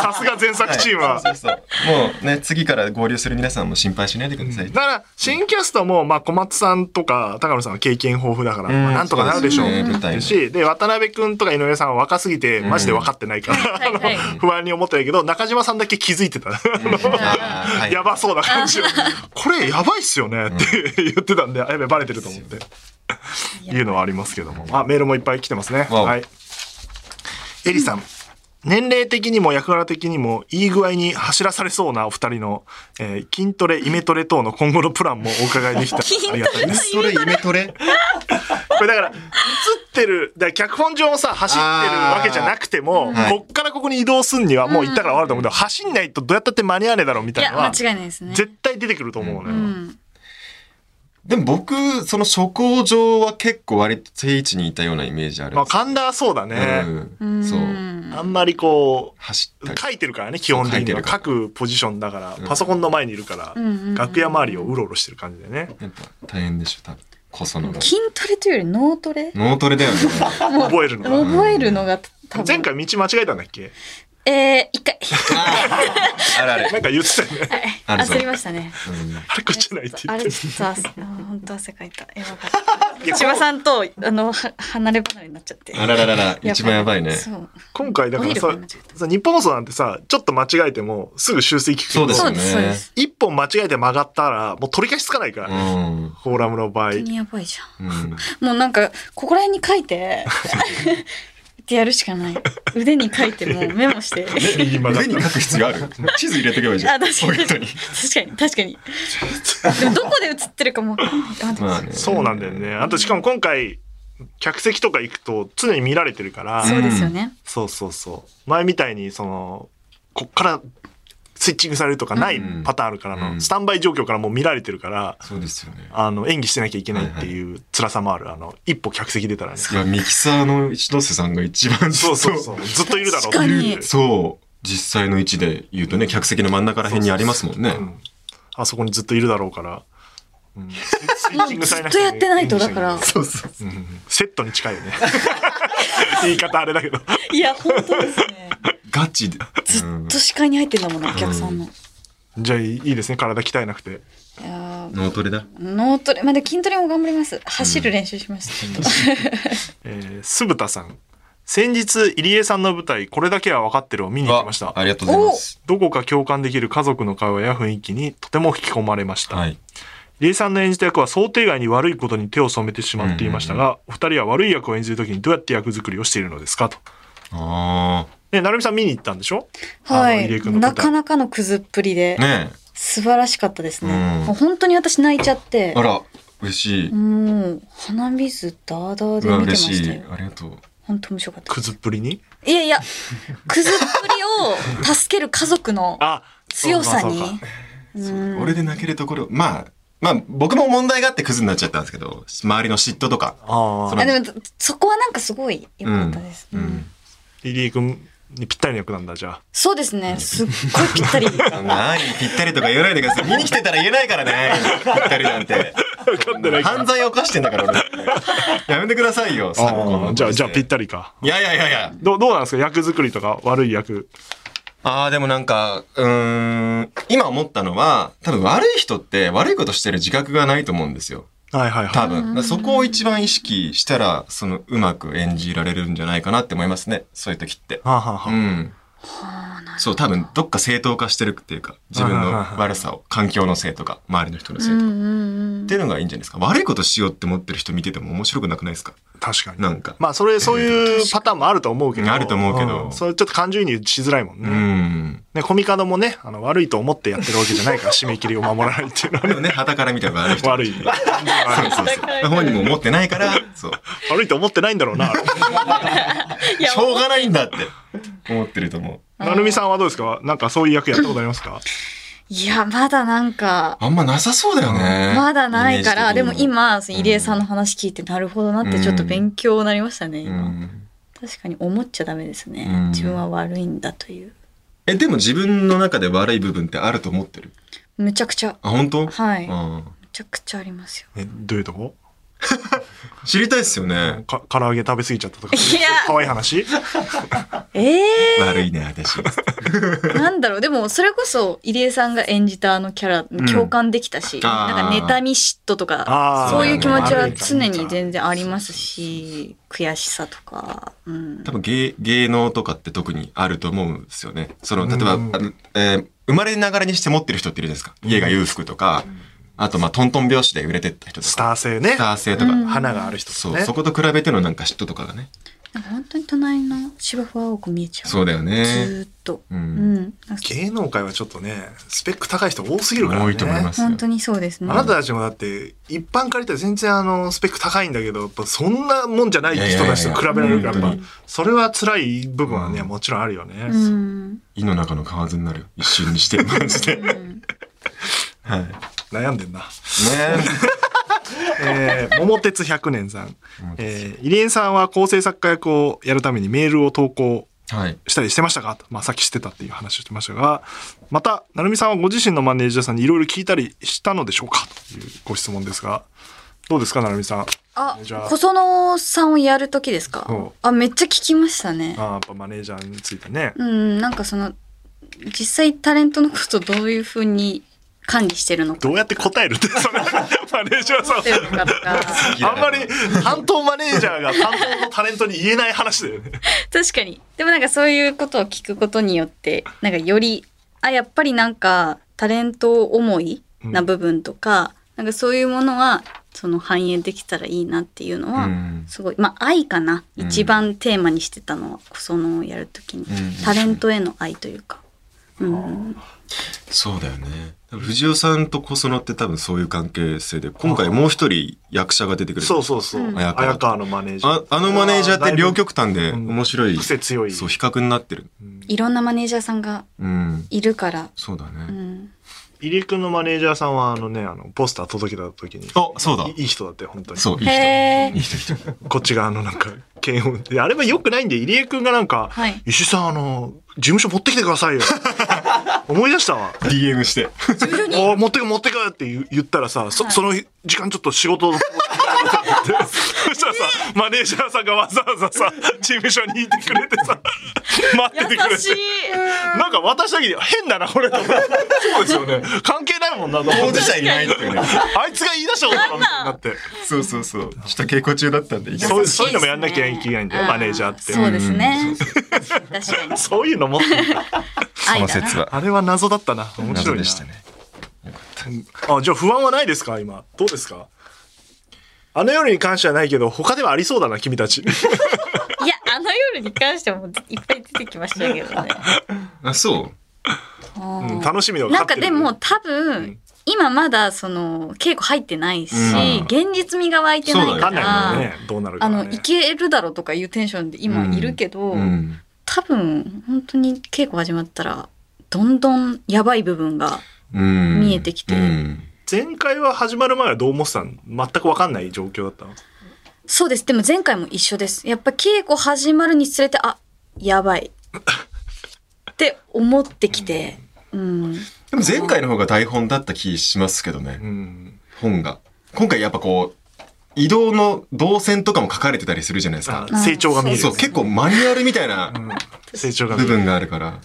Speaker 1: さすが前作チームは。
Speaker 3: そう
Speaker 1: だ
Speaker 3: そうもうね、次から合流する皆さんも心配しないでください。
Speaker 1: から、新キャストも、まあ、小松さんとか、高野さんは経験豊富だから、まあなんとかなるでしょう。
Speaker 3: そうですね舞台も
Speaker 1: し、で、渡辺くんとか井上さんは若すぎて、マジで分かってないから、
Speaker 2: はいはい
Speaker 1: あの 不安に思ってるけど、中島さんだけ気づいてた。
Speaker 3: あーはい
Speaker 1: やばそうな感じを。 これやばいっすよねって言ってたんで、あやべ、バレてると思って。いうのはありますけども。あ、メールもいっぱい来てますね。
Speaker 3: わお
Speaker 1: はい。エリさん。年齢的にも役柄的にもいい具合に走らされそうなお二人の、えー筋トレ、イメトレ等の今後のプランもお伺いでき たらありがたいです。
Speaker 3: それ、夢トレ
Speaker 1: これだから、映ってる、だから脚本上もさ、走ってるわけじゃなくても、
Speaker 3: はい
Speaker 1: こっからここに移動すんにはもう行ったから終わると思うけど、走んないとどうやったって間に合わねえだろうみ
Speaker 2: い
Speaker 1: たい
Speaker 2: や、
Speaker 1: なのは、
Speaker 2: 間違いないですね。
Speaker 1: 絶対出てくると思うのよ。
Speaker 2: うん。
Speaker 3: でも僕、その初行上は結構割と定位置にいたようなイメージあるん
Speaker 1: まあ、
Speaker 3: です
Speaker 1: 神田はそうだね。
Speaker 3: うん。そうう。
Speaker 2: ん
Speaker 1: あんまりこう、
Speaker 3: 走ったり。
Speaker 1: 書いてるからね、基本的に
Speaker 3: 書いて
Speaker 1: は。
Speaker 3: るから
Speaker 1: 各ポジションだから
Speaker 3: う、ん
Speaker 1: パソコンの前にいるから
Speaker 2: うんうんう、ん
Speaker 1: 楽屋周りをうろうろしてる感じでね。
Speaker 3: やっぱ大変でしょ、多分。こそのが。
Speaker 2: 筋トレというより脳トレ
Speaker 3: 脳トレだよね。
Speaker 1: 覚えるのが。
Speaker 2: 覚えるのが多分
Speaker 1: 前回道間違えたんだっけ
Speaker 2: えー、一回
Speaker 3: あらあれ
Speaker 1: な。んか言ってたよね。
Speaker 3: あるぞ
Speaker 2: 焦りましたね
Speaker 3: うん
Speaker 1: あれこっちじゃないって言っ
Speaker 2: あ
Speaker 1: て
Speaker 2: れ
Speaker 1: る。
Speaker 2: ちょ っと汗本当汗かいたやばかった千葉さんとあのは離れ離れになっちゃって
Speaker 3: あらららら、
Speaker 2: ばい
Speaker 3: 一番やばいね。
Speaker 2: そう
Speaker 1: 今回だから
Speaker 2: 降
Speaker 1: さ
Speaker 2: りるかなちょっ、
Speaker 1: さ日本放送なんてさ、ちょっと間違えてもすぐ修正聞くけ
Speaker 3: そう
Speaker 1: ど
Speaker 3: で、す
Speaker 2: そ
Speaker 3: よ
Speaker 2: うですそうで
Speaker 3: ね。
Speaker 2: す
Speaker 1: 一本間違えて曲がったら、もう取り返しつかないから
Speaker 3: う
Speaker 1: ね。
Speaker 3: ん。うん
Speaker 1: フォーラムの場合。
Speaker 2: 本当にやばいじゃ
Speaker 3: うん
Speaker 2: もうなんかここら辺に書いてってやるしかない腕に書いてもうメモして
Speaker 1: 右曲がっ
Speaker 3: 上に書く必要ある地図入れとけばいいじゃ
Speaker 2: あ
Speaker 3: ん。
Speaker 2: 確か
Speaker 3: ポ
Speaker 2: に
Speaker 3: ケットに。
Speaker 2: 確かに確かにでもどこで映ってるかもわかんないあでも
Speaker 3: まあね。
Speaker 1: そうなんだよね。あとしかも今回、客席とか行くと常に見られてるから、
Speaker 2: そうですよね、
Speaker 1: そうそうそう。前みたいに、その、こっからスイッチングされるとかない
Speaker 3: うん
Speaker 1: パターンあるからの、
Speaker 3: うん
Speaker 1: スタンバイ状況からもう見られてるから、
Speaker 3: そうですよね。
Speaker 1: あの、演技してなきゃいけないっていう辛さもある。あの、一歩客席出たらね。
Speaker 3: いや、ミキサーの一ノ瀬さんが一番ずっ
Speaker 1: そう
Speaker 3: と
Speaker 1: そうそう。ずっといるだろうって
Speaker 2: 確
Speaker 1: い
Speaker 2: か
Speaker 1: う
Speaker 2: に。
Speaker 3: そう。実際の位置で言うとね、客席の真ん中ら辺にありますもんね
Speaker 1: う。んあそこにずっといるだろうから。うん、スイッチングされ
Speaker 2: ずっ
Speaker 1: なく
Speaker 2: と
Speaker 1: ても
Speaker 2: やってないとだから
Speaker 3: そうそう。
Speaker 1: うんセットに近いよね。 言い方あれだけど。
Speaker 2: いや本当ですね
Speaker 3: ガチで。
Speaker 2: ず
Speaker 3: うん
Speaker 2: っと視界に入ってんだもんなお客さんの、
Speaker 1: じゃあいいですね。体鍛えなくて。
Speaker 2: いやー
Speaker 3: 脳トレだ。
Speaker 2: 脳トレまあでも筋トレも頑張ります走る練習しました、ちょっ
Speaker 1: えー、酢豚さん。先日、入江さんの舞台、これだけは分かってるを見に行きました
Speaker 3: あ。ありがとうございます。
Speaker 1: どこか共感できる家族の会話や雰囲気にとても引き込まれました。
Speaker 3: はい。
Speaker 1: リエさんの演じた役は想定外に悪いことに手を染めてしまっていましたが、お二人は悪い役を演じるときにどうやって役作りをしているのですかと。
Speaker 3: あ
Speaker 1: ね、なるみさん見に行ったんでしょ
Speaker 2: とは
Speaker 1: あの入江
Speaker 2: い
Speaker 1: 君の舞台
Speaker 2: なかなかのクズっぷりで、
Speaker 3: あ。ね
Speaker 2: 素晴らしかったですね、
Speaker 3: うん
Speaker 2: もう本当に私泣いちゃっ
Speaker 3: え。
Speaker 2: て
Speaker 3: あら、嬉しい。
Speaker 2: もう鼻水ダーダー
Speaker 3: う
Speaker 2: で
Speaker 3: わ、
Speaker 2: 見てま
Speaker 3: 嬉
Speaker 2: し
Speaker 3: したい
Speaker 2: よ。
Speaker 3: ありがとう。
Speaker 2: 本当面白かった
Speaker 1: くずっぷりに。
Speaker 2: いやいやクズっぷりを助ける家 族の
Speaker 1: あ、
Speaker 2: 強さ
Speaker 1: そうかそう
Speaker 2: に
Speaker 1: か
Speaker 2: うん
Speaker 3: 俺で泣けるところ、まあ、まあ、僕も問題があってクズになっちゃったんですけど、周りの嫉妬とか。
Speaker 1: あ
Speaker 3: そ
Speaker 1: あ
Speaker 3: の。
Speaker 2: あでもそこはなんかすごい良かったです、
Speaker 3: う
Speaker 2: うん
Speaker 3: ん。
Speaker 1: リリー君にぴったりの役なんだ、じゃあ。
Speaker 2: そうですねすっごい ぴったり
Speaker 3: なにぴったりとか言わないでください。見に来てたら言えないからね。ぴったりなんて。
Speaker 1: 分かってないから
Speaker 3: 犯罪犯してんだから俺。やめてくださいよ、参考
Speaker 1: あーじゃあ、じゃあぴったたりか。
Speaker 3: り。いやいやいやいや。
Speaker 1: どう、どうなんですか役作りとか悪い役。
Speaker 3: ああ、でもなんか、うーん、今思ったのは、多分悪い人って悪いことしてる自覚がないと思うんですよ。
Speaker 1: はいはいは
Speaker 3: 多分。だからそこを一番意識したら、その、うまく演じられるんじゃないかなって思いますね。そういう時って
Speaker 1: い。。はあ、はあは
Speaker 3: う
Speaker 1: あ
Speaker 3: ん。そう、多分、どっか正当化してるっていうか、自分の悪さを、環境のせいとか、周りの人の
Speaker 2: う
Speaker 3: せい
Speaker 2: ん
Speaker 3: と
Speaker 2: う
Speaker 3: か。
Speaker 2: んうん
Speaker 3: っていうのがいいんじゃないですか。悪いことしようって思ってる人見てても面白くなくないですか
Speaker 1: 確かに。
Speaker 3: なんか。
Speaker 1: まあ、それ、そういうパターンもあると思うけど。
Speaker 3: あると思うけど
Speaker 1: んそれちょっと感情移入しづらいもんね。
Speaker 3: うん。
Speaker 1: ね、コミカドもね、あの、悪いと思ってやってるわけじゃな いから、締め切りを守らないっていうのは
Speaker 3: で
Speaker 1: ね、
Speaker 3: もね、旗から見たら悪い人。
Speaker 1: 悪い。
Speaker 3: そうそうそう。本人も思ってないから、そう。
Speaker 1: 悪いと思ってないんだろうな。あれ
Speaker 2: いや
Speaker 3: しょうがないんだって思ってると思う。
Speaker 1: なるみさんはどうですかなんかそういう役やったことありますか
Speaker 2: いやまだなんか
Speaker 3: あんまなさそうだよね。
Speaker 2: まだないから、
Speaker 3: イメ
Speaker 2: で
Speaker 3: ー
Speaker 2: も
Speaker 3: ジ的に
Speaker 2: 今、その入江さんの話聞いて、なるほどなって、ちょっと勉強になりましたね、
Speaker 3: う
Speaker 2: 今。
Speaker 3: ん
Speaker 2: 確かに思っちゃダメですね
Speaker 3: うん。
Speaker 2: 自分は悪いんだという。
Speaker 3: え、でも自分の中で悪い部分ってあると思ってる
Speaker 2: むちゃくちゃ、
Speaker 3: あ、本当
Speaker 2: はい
Speaker 3: うん
Speaker 2: むちゃくちゃありますよ。
Speaker 1: え、どういうとこ
Speaker 3: 知りたいですよね。
Speaker 1: か、唐揚げ食べ過ぎちゃったとか。
Speaker 2: いや
Speaker 1: 可愛い話
Speaker 2: ええ
Speaker 3: 悪いね、私。
Speaker 2: ー、なんだろう。でも、それこそ、入江さんが演じたあのキャラ、共感できたし、
Speaker 3: あー
Speaker 2: なんか妬み嫉妬と
Speaker 1: あ
Speaker 2: か、
Speaker 3: ー
Speaker 2: そういう気持ち
Speaker 3: あ
Speaker 2: は
Speaker 3: る
Speaker 2: 常に全然ありますし、悔しさとか、うん。
Speaker 3: 多分芸、芸能とかって特にあると思うんですよね。その、例えば、
Speaker 1: うん
Speaker 3: あのえー生まれながらにして持ってる人っているじゃないですか。家が裕福とか、あと、まあ、トントン拍子で売れてった人とか。
Speaker 1: スター性ね
Speaker 3: スタ。ー性とか。
Speaker 2: うん
Speaker 1: 花がある人
Speaker 3: そ
Speaker 1: と
Speaker 3: う、
Speaker 1: かね
Speaker 3: そ。こと比べてのなんか嫉妬とかがね。
Speaker 2: なんか本当に隣の芝生は青く見えちゃう。
Speaker 3: そうだよね。
Speaker 2: ずーっと。
Speaker 3: う。
Speaker 2: うんん。なんか
Speaker 1: 芸能界はちょっとね、スペック高い人多すぎるからね。
Speaker 3: 多いと思いますよ。
Speaker 2: 本当にそうですね。
Speaker 1: あなたたちもだって、一般借りたら全然あの、スペック高いんだけど、やっぱそんなもんじゃない人たちと比べられるから、
Speaker 2: いやいやいや
Speaker 1: やっぱ、それは辛い部分はね、
Speaker 3: うん
Speaker 1: もちろんあるよね。
Speaker 2: うん。
Speaker 3: 胃の中の蛙になるよ一瞬にしてマジで
Speaker 2: うん
Speaker 3: はいね
Speaker 1: 悩んでんな。
Speaker 3: え
Speaker 1: えー桃鉄100年さん。えー入江さんは構成作家役をやるためにメールを投稿
Speaker 3: はい。
Speaker 1: したりしてましたかと、まあ、さっきしてたっていう話をしてましたが、また、成美さんはご自身のマネージャーさんにいろいろ聞いたりしたのでしょうかというご質問ですが、どうですか、成美さん。
Speaker 2: あ
Speaker 1: じゃあ、
Speaker 2: 小園さんをやる時ですか
Speaker 1: そう
Speaker 2: あ、めっちゃ聞きましたね。
Speaker 1: あーやっぱマネージャーについてね。
Speaker 2: うん、なんかその、実際タレントのことどういうふうに管理してる のか
Speaker 1: どうやって答えるって、それ、マネージャーさん
Speaker 2: と。いうかとか
Speaker 1: あんまり担当マネージャーが担当のタレントに言えない話だよね。
Speaker 2: 確かに。でもなんかそういうことを聞くことによって、なんかより、あ、やっぱりなんかタレント思いな部分とか、なんかそういうものは、その反映できたらいいなっていうのは、
Speaker 3: うん
Speaker 2: すごい、まあ愛かな。
Speaker 3: うん
Speaker 2: 一番テーマにしてたのは、そのやるときに、
Speaker 3: うん
Speaker 2: タレントへの愛というか。うん、
Speaker 3: そうだよね。藤尾さんと小園って多分そういう関係性で、今回もう一人役者が出てくる。
Speaker 1: そうそうそう。
Speaker 2: うん
Speaker 1: 綾川のマネージャ
Speaker 3: あ
Speaker 1: ー。
Speaker 3: あのマネージャーって両極端で
Speaker 1: うん
Speaker 3: 面白い。
Speaker 1: 癖強い。
Speaker 3: そう、比較になってる。
Speaker 2: いろんなマネージャーさんが
Speaker 3: うん。
Speaker 2: いるから、
Speaker 3: そうだ
Speaker 2: う
Speaker 3: ね。
Speaker 2: ん、
Speaker 1: 入江くんのマネージャーさんは、あのね、あの、ポスター届けた時に。
Speaker 3: あ、そうだ
Speaker 1: い。いい人だって、本当に。
Speaker 3: そう、いい人。
Speaker 2: へ
Speaker 3: いい人、いい人。
Speaker 1: こっちがあのなんか、検温。であれも良くないんで、入江くんがなんか、
Speaker 2: はい
Speaker 1: 石井さんあの、事務所持ってきてくださいよ。思い出したわ。
Speaker 3: DM して。
Speaker 1: おー持ってく持ってくって言言ったらさ、そその日時間ちょっと仕事をってそしたらさ、マネージャーさんがわざわざさ、事務所にいてくれて さ、待っててくれ
Speaker 2: 優
Speaker 1: て
Speaker 2: し。い
Speaker 1: なんか私だけに変だな、これと思って。そうですよね。関係ないもんな、と思 って。
Speaker 3: 者いないっていうね。
Speaker 1: あいつが言い出したことなんだなって。
Speaker 3: そうそうそう。ちょっと稽古中だったんで、いけ
Speaker 1: そう
Speaker 3: ま
Speaker 1: いうそういうのもやんなきゃいけないんだよ
Speaker 2: あ
Speaker 1: マネージャーって
Speaker 2: そうですね。確かに。
Speaker 1: そういうのも、
Speaker 3: そ
Speaker 2: 愛
Speaker 3: の
Speaker 2: だな
Speaker 3: 説は。
Speaker 1: あれは謎だったな。面白
Speaker 3: 謎
Speaker 1: い
Speaker 3: で
Speaker 1: な。
Speaker 3: したね。
Speaker 1: あ、じゃあ不安はないですか今。どうですかあの夜に関してはないけど、他ではありそうだな、君たち。
Speaker 2: いや、あの夜に関してもいっぱい出てきましたけどね。
Speaker 3: あ、そう
Speaker 1: うん楽しみを
Speaker 2: な
Speaker 1: 勝っ
Speaker 2: ん
Speaker 1: てる
Speaker 2: かでも多分、今まだその稽古入ってないし、
Speaker 3: うん
Speaker 2: 現実味が湧いてない
Speaker 1: わか
Speaker 2: か
Speaker 1: んない
Speaker 2: ら、
Speaker 1: もんね。どうなるか
Speaker 2: あ
Speaker 1: は
Speaker 2: の、
Speaker 1: ね
Speaker 2: い。けるだろうとかいうテンションで今いるけど、
Speaker 3: うん。
Speaker 2: 多分本当に稽古始まったら、どんどんやばい部分が、
Speaker 3: うん
Speaker 2: 見えてきて
Speaker 3: うん
Speaker 1: 前回は始まる前はどう思ってたの全く分かんない状況だったの。
Speaker 2: そうです。でも前回も一緒です。やっぱ稽古始まるにつれて、あ、やばい。って思ってきて、うん。
Speaker 3: でも前回の方が台本だった気しますけどね、
Speaker 1: うん。
Speaker 3: 本が。今回やっぱこう、移動の動線とかも書かれてたりするじゃないです
Speaker 1: あ
Speaker 3: か。
Speaker 1: 成長が見える。
Speaker 3: そう、結構マニュアルみたいな
Speaker 1: うん成長が見
Speaker 3: 部
Speaker 1: える。
Speaker 3: 分があるから。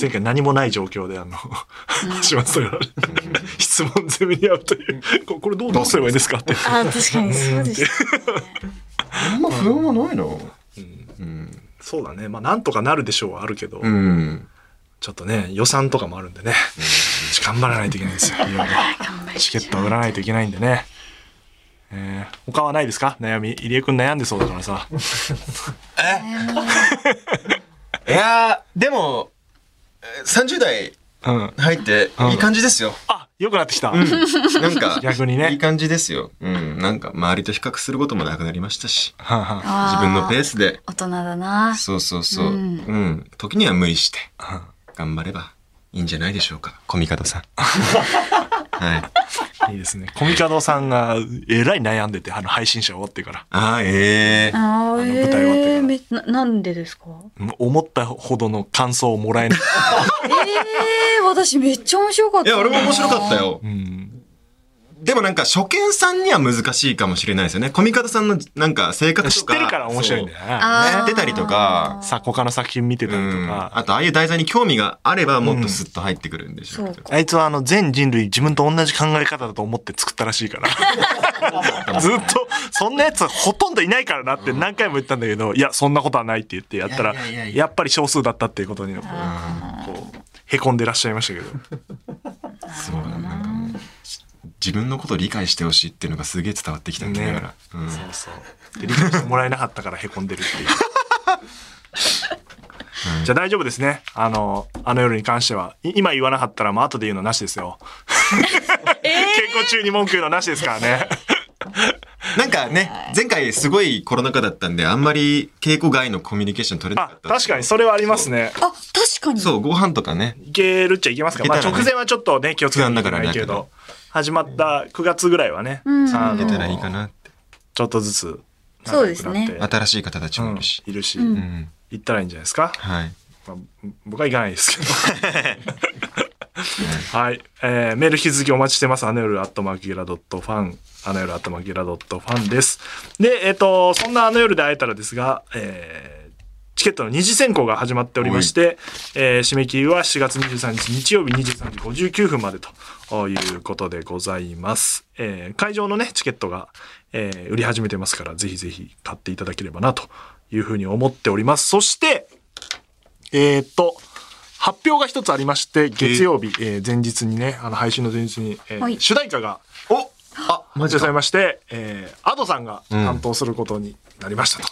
Speaker 1: 前回何もない状況で、あの、始まってたから、質問攻めに合うという。ここれどうどうすればいいですかって。
Speaker 2: あ、確かにそうでした。
Speaker 3: あんま不安はないな。うん。
Speaker 1: そうだね。まあ、なんとかなるでしょうはあるけど。
Speaker 3: うん。
Speaker 1: ちょっとね、予算とかもあるんでね。頑張らないといけない ですよ。いろいろチケットを売らないといけないんでね。えー、他はないですか悩み。入江くん悩んでそうだからさ。
Speaker 3: いやー、でも、えー30代
Speaker 1: うん。
Speaker 3: 入って
Speaker 1: うん
Speaker 3: いい感じですよ。
Speaker 1: あ、良くなってきた。
Speaker 3: うんなんか、
Speaker 1: 逆にね
Speaker 3: いい感じですよ。うん。なんか、周りと比較することもなくなりましたし、
Speaker 1: はんはん
Speaker 2: あ
Speaker 3: 自
Speaker 2: ー
Speaker 3: 分のペースで、
Speaker 2: 大人だな。
Speaker 3: そうそうそう。
Speaker 2: う
Speaker 3: うんん。時には無理して、
Speaker 1: は
Speaker 3: 頑張ればいいんじゃないでしょうか。コミカドさ ん。はい。
Speaker 1: んいいですね。コミカドさんがえらい悩んでて、あの配信者終わってから。
Speaker 3: あー、ええ
Speaker 2: あー
Speaker 1: の舞台終わってから
Speaker 2: えーめななんでですか
Speaker 1: うん思ったほどの感想をも らえない。
Speaker 2: えー、私めっちゃ面白かっ
Speaker 3: い
Speaker 2: た。
Speaker 3: や、俺も面白かった。よ
Speaker 1: う。ん。
Speaker 3: でもなんか、初見さんには難しいかもしれないですよね。コミカドさんの、なんか、性格とか。
Speaker 1: 知ってるから面白いんだよな。
Speaker 2: あー
Speaker 3: そう。ね、出たりとか、
Speaker 1: さ、他の作品見てたりと
Speaker 3: うんあ
Speaker 1: か。
Speaker 3: と、ああいう題材に興味があれば、もっとスッと入ってくるんでしょうけ
Speaker 2: そう
Speaker 3: ど。
Speaker 1: あいつはあの全人類自分と同じ考え方だと思って作ったらしいか ら。ずっと、そんなやつほとんどいないからなって何回も言ったんだけど、いや、そんなことはないって言ってやったら
Speaker 3: いやいやいや、いや
Speaker 1: やっぱり少数だったっていうことに、こう、こうへこんでらっしゃいましたけど。
Speaker 3: そうなんかもう自分のことを理解してほしいっていうのがすげえ伝わってきたんだから、
Speaker 1: ね
Speaker 3: うん
Speaker 1: そうそう。で、理解してもらえなかったからへこんでるっていう。じゃあ大丈夫ですね。あの、あの夜に関しては。い今言わなかったら、まあ後で言うのなしです よ。稽古中に文句言うのなしですか らね。
Speaker 3: なんかね前回すごいコロナ禍だったんであんまり稽古外のコミュニケーション取れなか
Speaker 1: あ
Speaker 3: っ、たんですけ
Speaker 1: 確
Speaker 3: ど
Speaker 1: かにそれはありますね。
Speaker 2: あ、確かに。
Speaker 3: そうご飯とかね
Speaker 1: いけるっちゃいけますか、
Speaker 3: いけ
Speaker 1: ま
Speaker 3: た
Speaker 1: あ
Speaker 3: らね
Speaker 1: 直前はちょっとね、気をつけなきゃいけないけ
Speaker 3: 不安だから
Speaker 1: ど
Speaker 3: ね。
Speaker 1: 始まった9月ぐらいはね、
Speaker 2: うん
Speaker 1: あ
Speaker 3: 出
Speaker 1: の
Speaker 3: たらいいかなって。
Speaker 1: ちょっとずつ
Speaker 2: そうですね
Speaker 1: 仲良くなって
Speaker 3: 新しい方たちもいるし。
Speaker 1: うんい
Speaker 3: う
Speaker 1: るし、
Speaker 2: うん
Speaker 3: ん。
Speaker 1: 行ったらいいんじゃないですか、
Speaker 3: はい。
Speaker 1: まあ、僕は行かないですけどはい、えーメール引き続きお待ちしてますあの夜アットマーキゲラドットファンあの夜アットマーキゲラドットファンですでえっ、とそんなあの夜で会えたらですが、えーチケットの二次選考が始まっておりまして、えー締め切りは7月23日日曜日23時59分までということでございます。えー会場のね、チケットが、えー売り始めてますから、ぜひぜひ買っていただければなというふうに思っております。そして、えーっと、発表が一つありまして、月曜日、えー前日にね、あの、配信の前日に、えー
Speaker 2: はい
Speaker 1: 主題歌が
Speaker 3: おあ、マ
Speaker 1: 発表されまして、えー、アドさんが担当することになりましたと。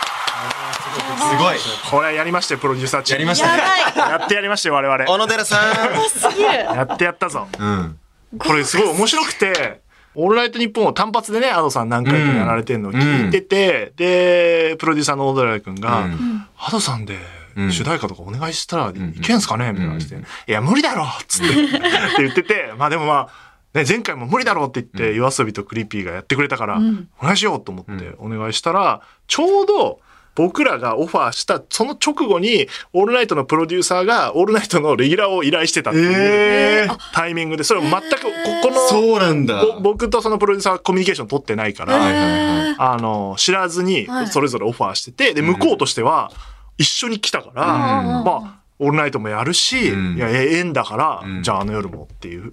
Speaker 3: すごい。
Speaker 1: これやりまして、プロデューサーチーム
Speaker 3: やりましたね。
Speaker 1: やってやりまして、我々。
Speaker 3: 小野寺さ
Speaker 2: すぎる
Speaker 1: やってやったぞ。
Speaker 3: ん。うん。
Speaker 1: これすごい面白くて、オールナイトニッポンを単発でね、アドさん何回もやられてるのを聞いてて、で、プロデューサーのオードライ君が、
Speaker 3: うん
Speaker 1: アドさんで
Speaker 3: うん
Speaker 1: 主題歌とかお願いしたらい
Speaker 3: ん
Speaker 1: けんすかねみたいな話で、いや、無理だろっつってって言ってて、まあでもまあ、ね、前回も無理だろうって言って、夜遊びとクリーピーがやってくれたから、
Speaker 2: うん
Speaker 1: お願いしようと思ってお願いしたら、ちょうど、僕らがオファーしたその直後に、オールナイトのプロデューサーが、オールナイトのレギュラーを依頼してたっていう。
Speaker 3: えー
Speaker 1: タイミングで、それも全く、ここの、
Speaker 3: そうなんだ。
Speaker 1: ぼ僕とそのプロデューサーはコミュニケーション取ってないか
Speaker 3: は
Speaker 1: ら、
Speaker 3: いはいはい。
Speaker 1: あの、知らずに
Speaker 2: はい
Speaker 1: それぞれオファーしてて、で、向こうとしては一緒に来たから、
Speaker 3: うん
Speaker 1: まあ、オールナイトもやるし、
Speaker 3: うん
Speaker 1: いや、え縁だから、
Speaker 3: うん
Speaker 1: じゃああの夜もっていう。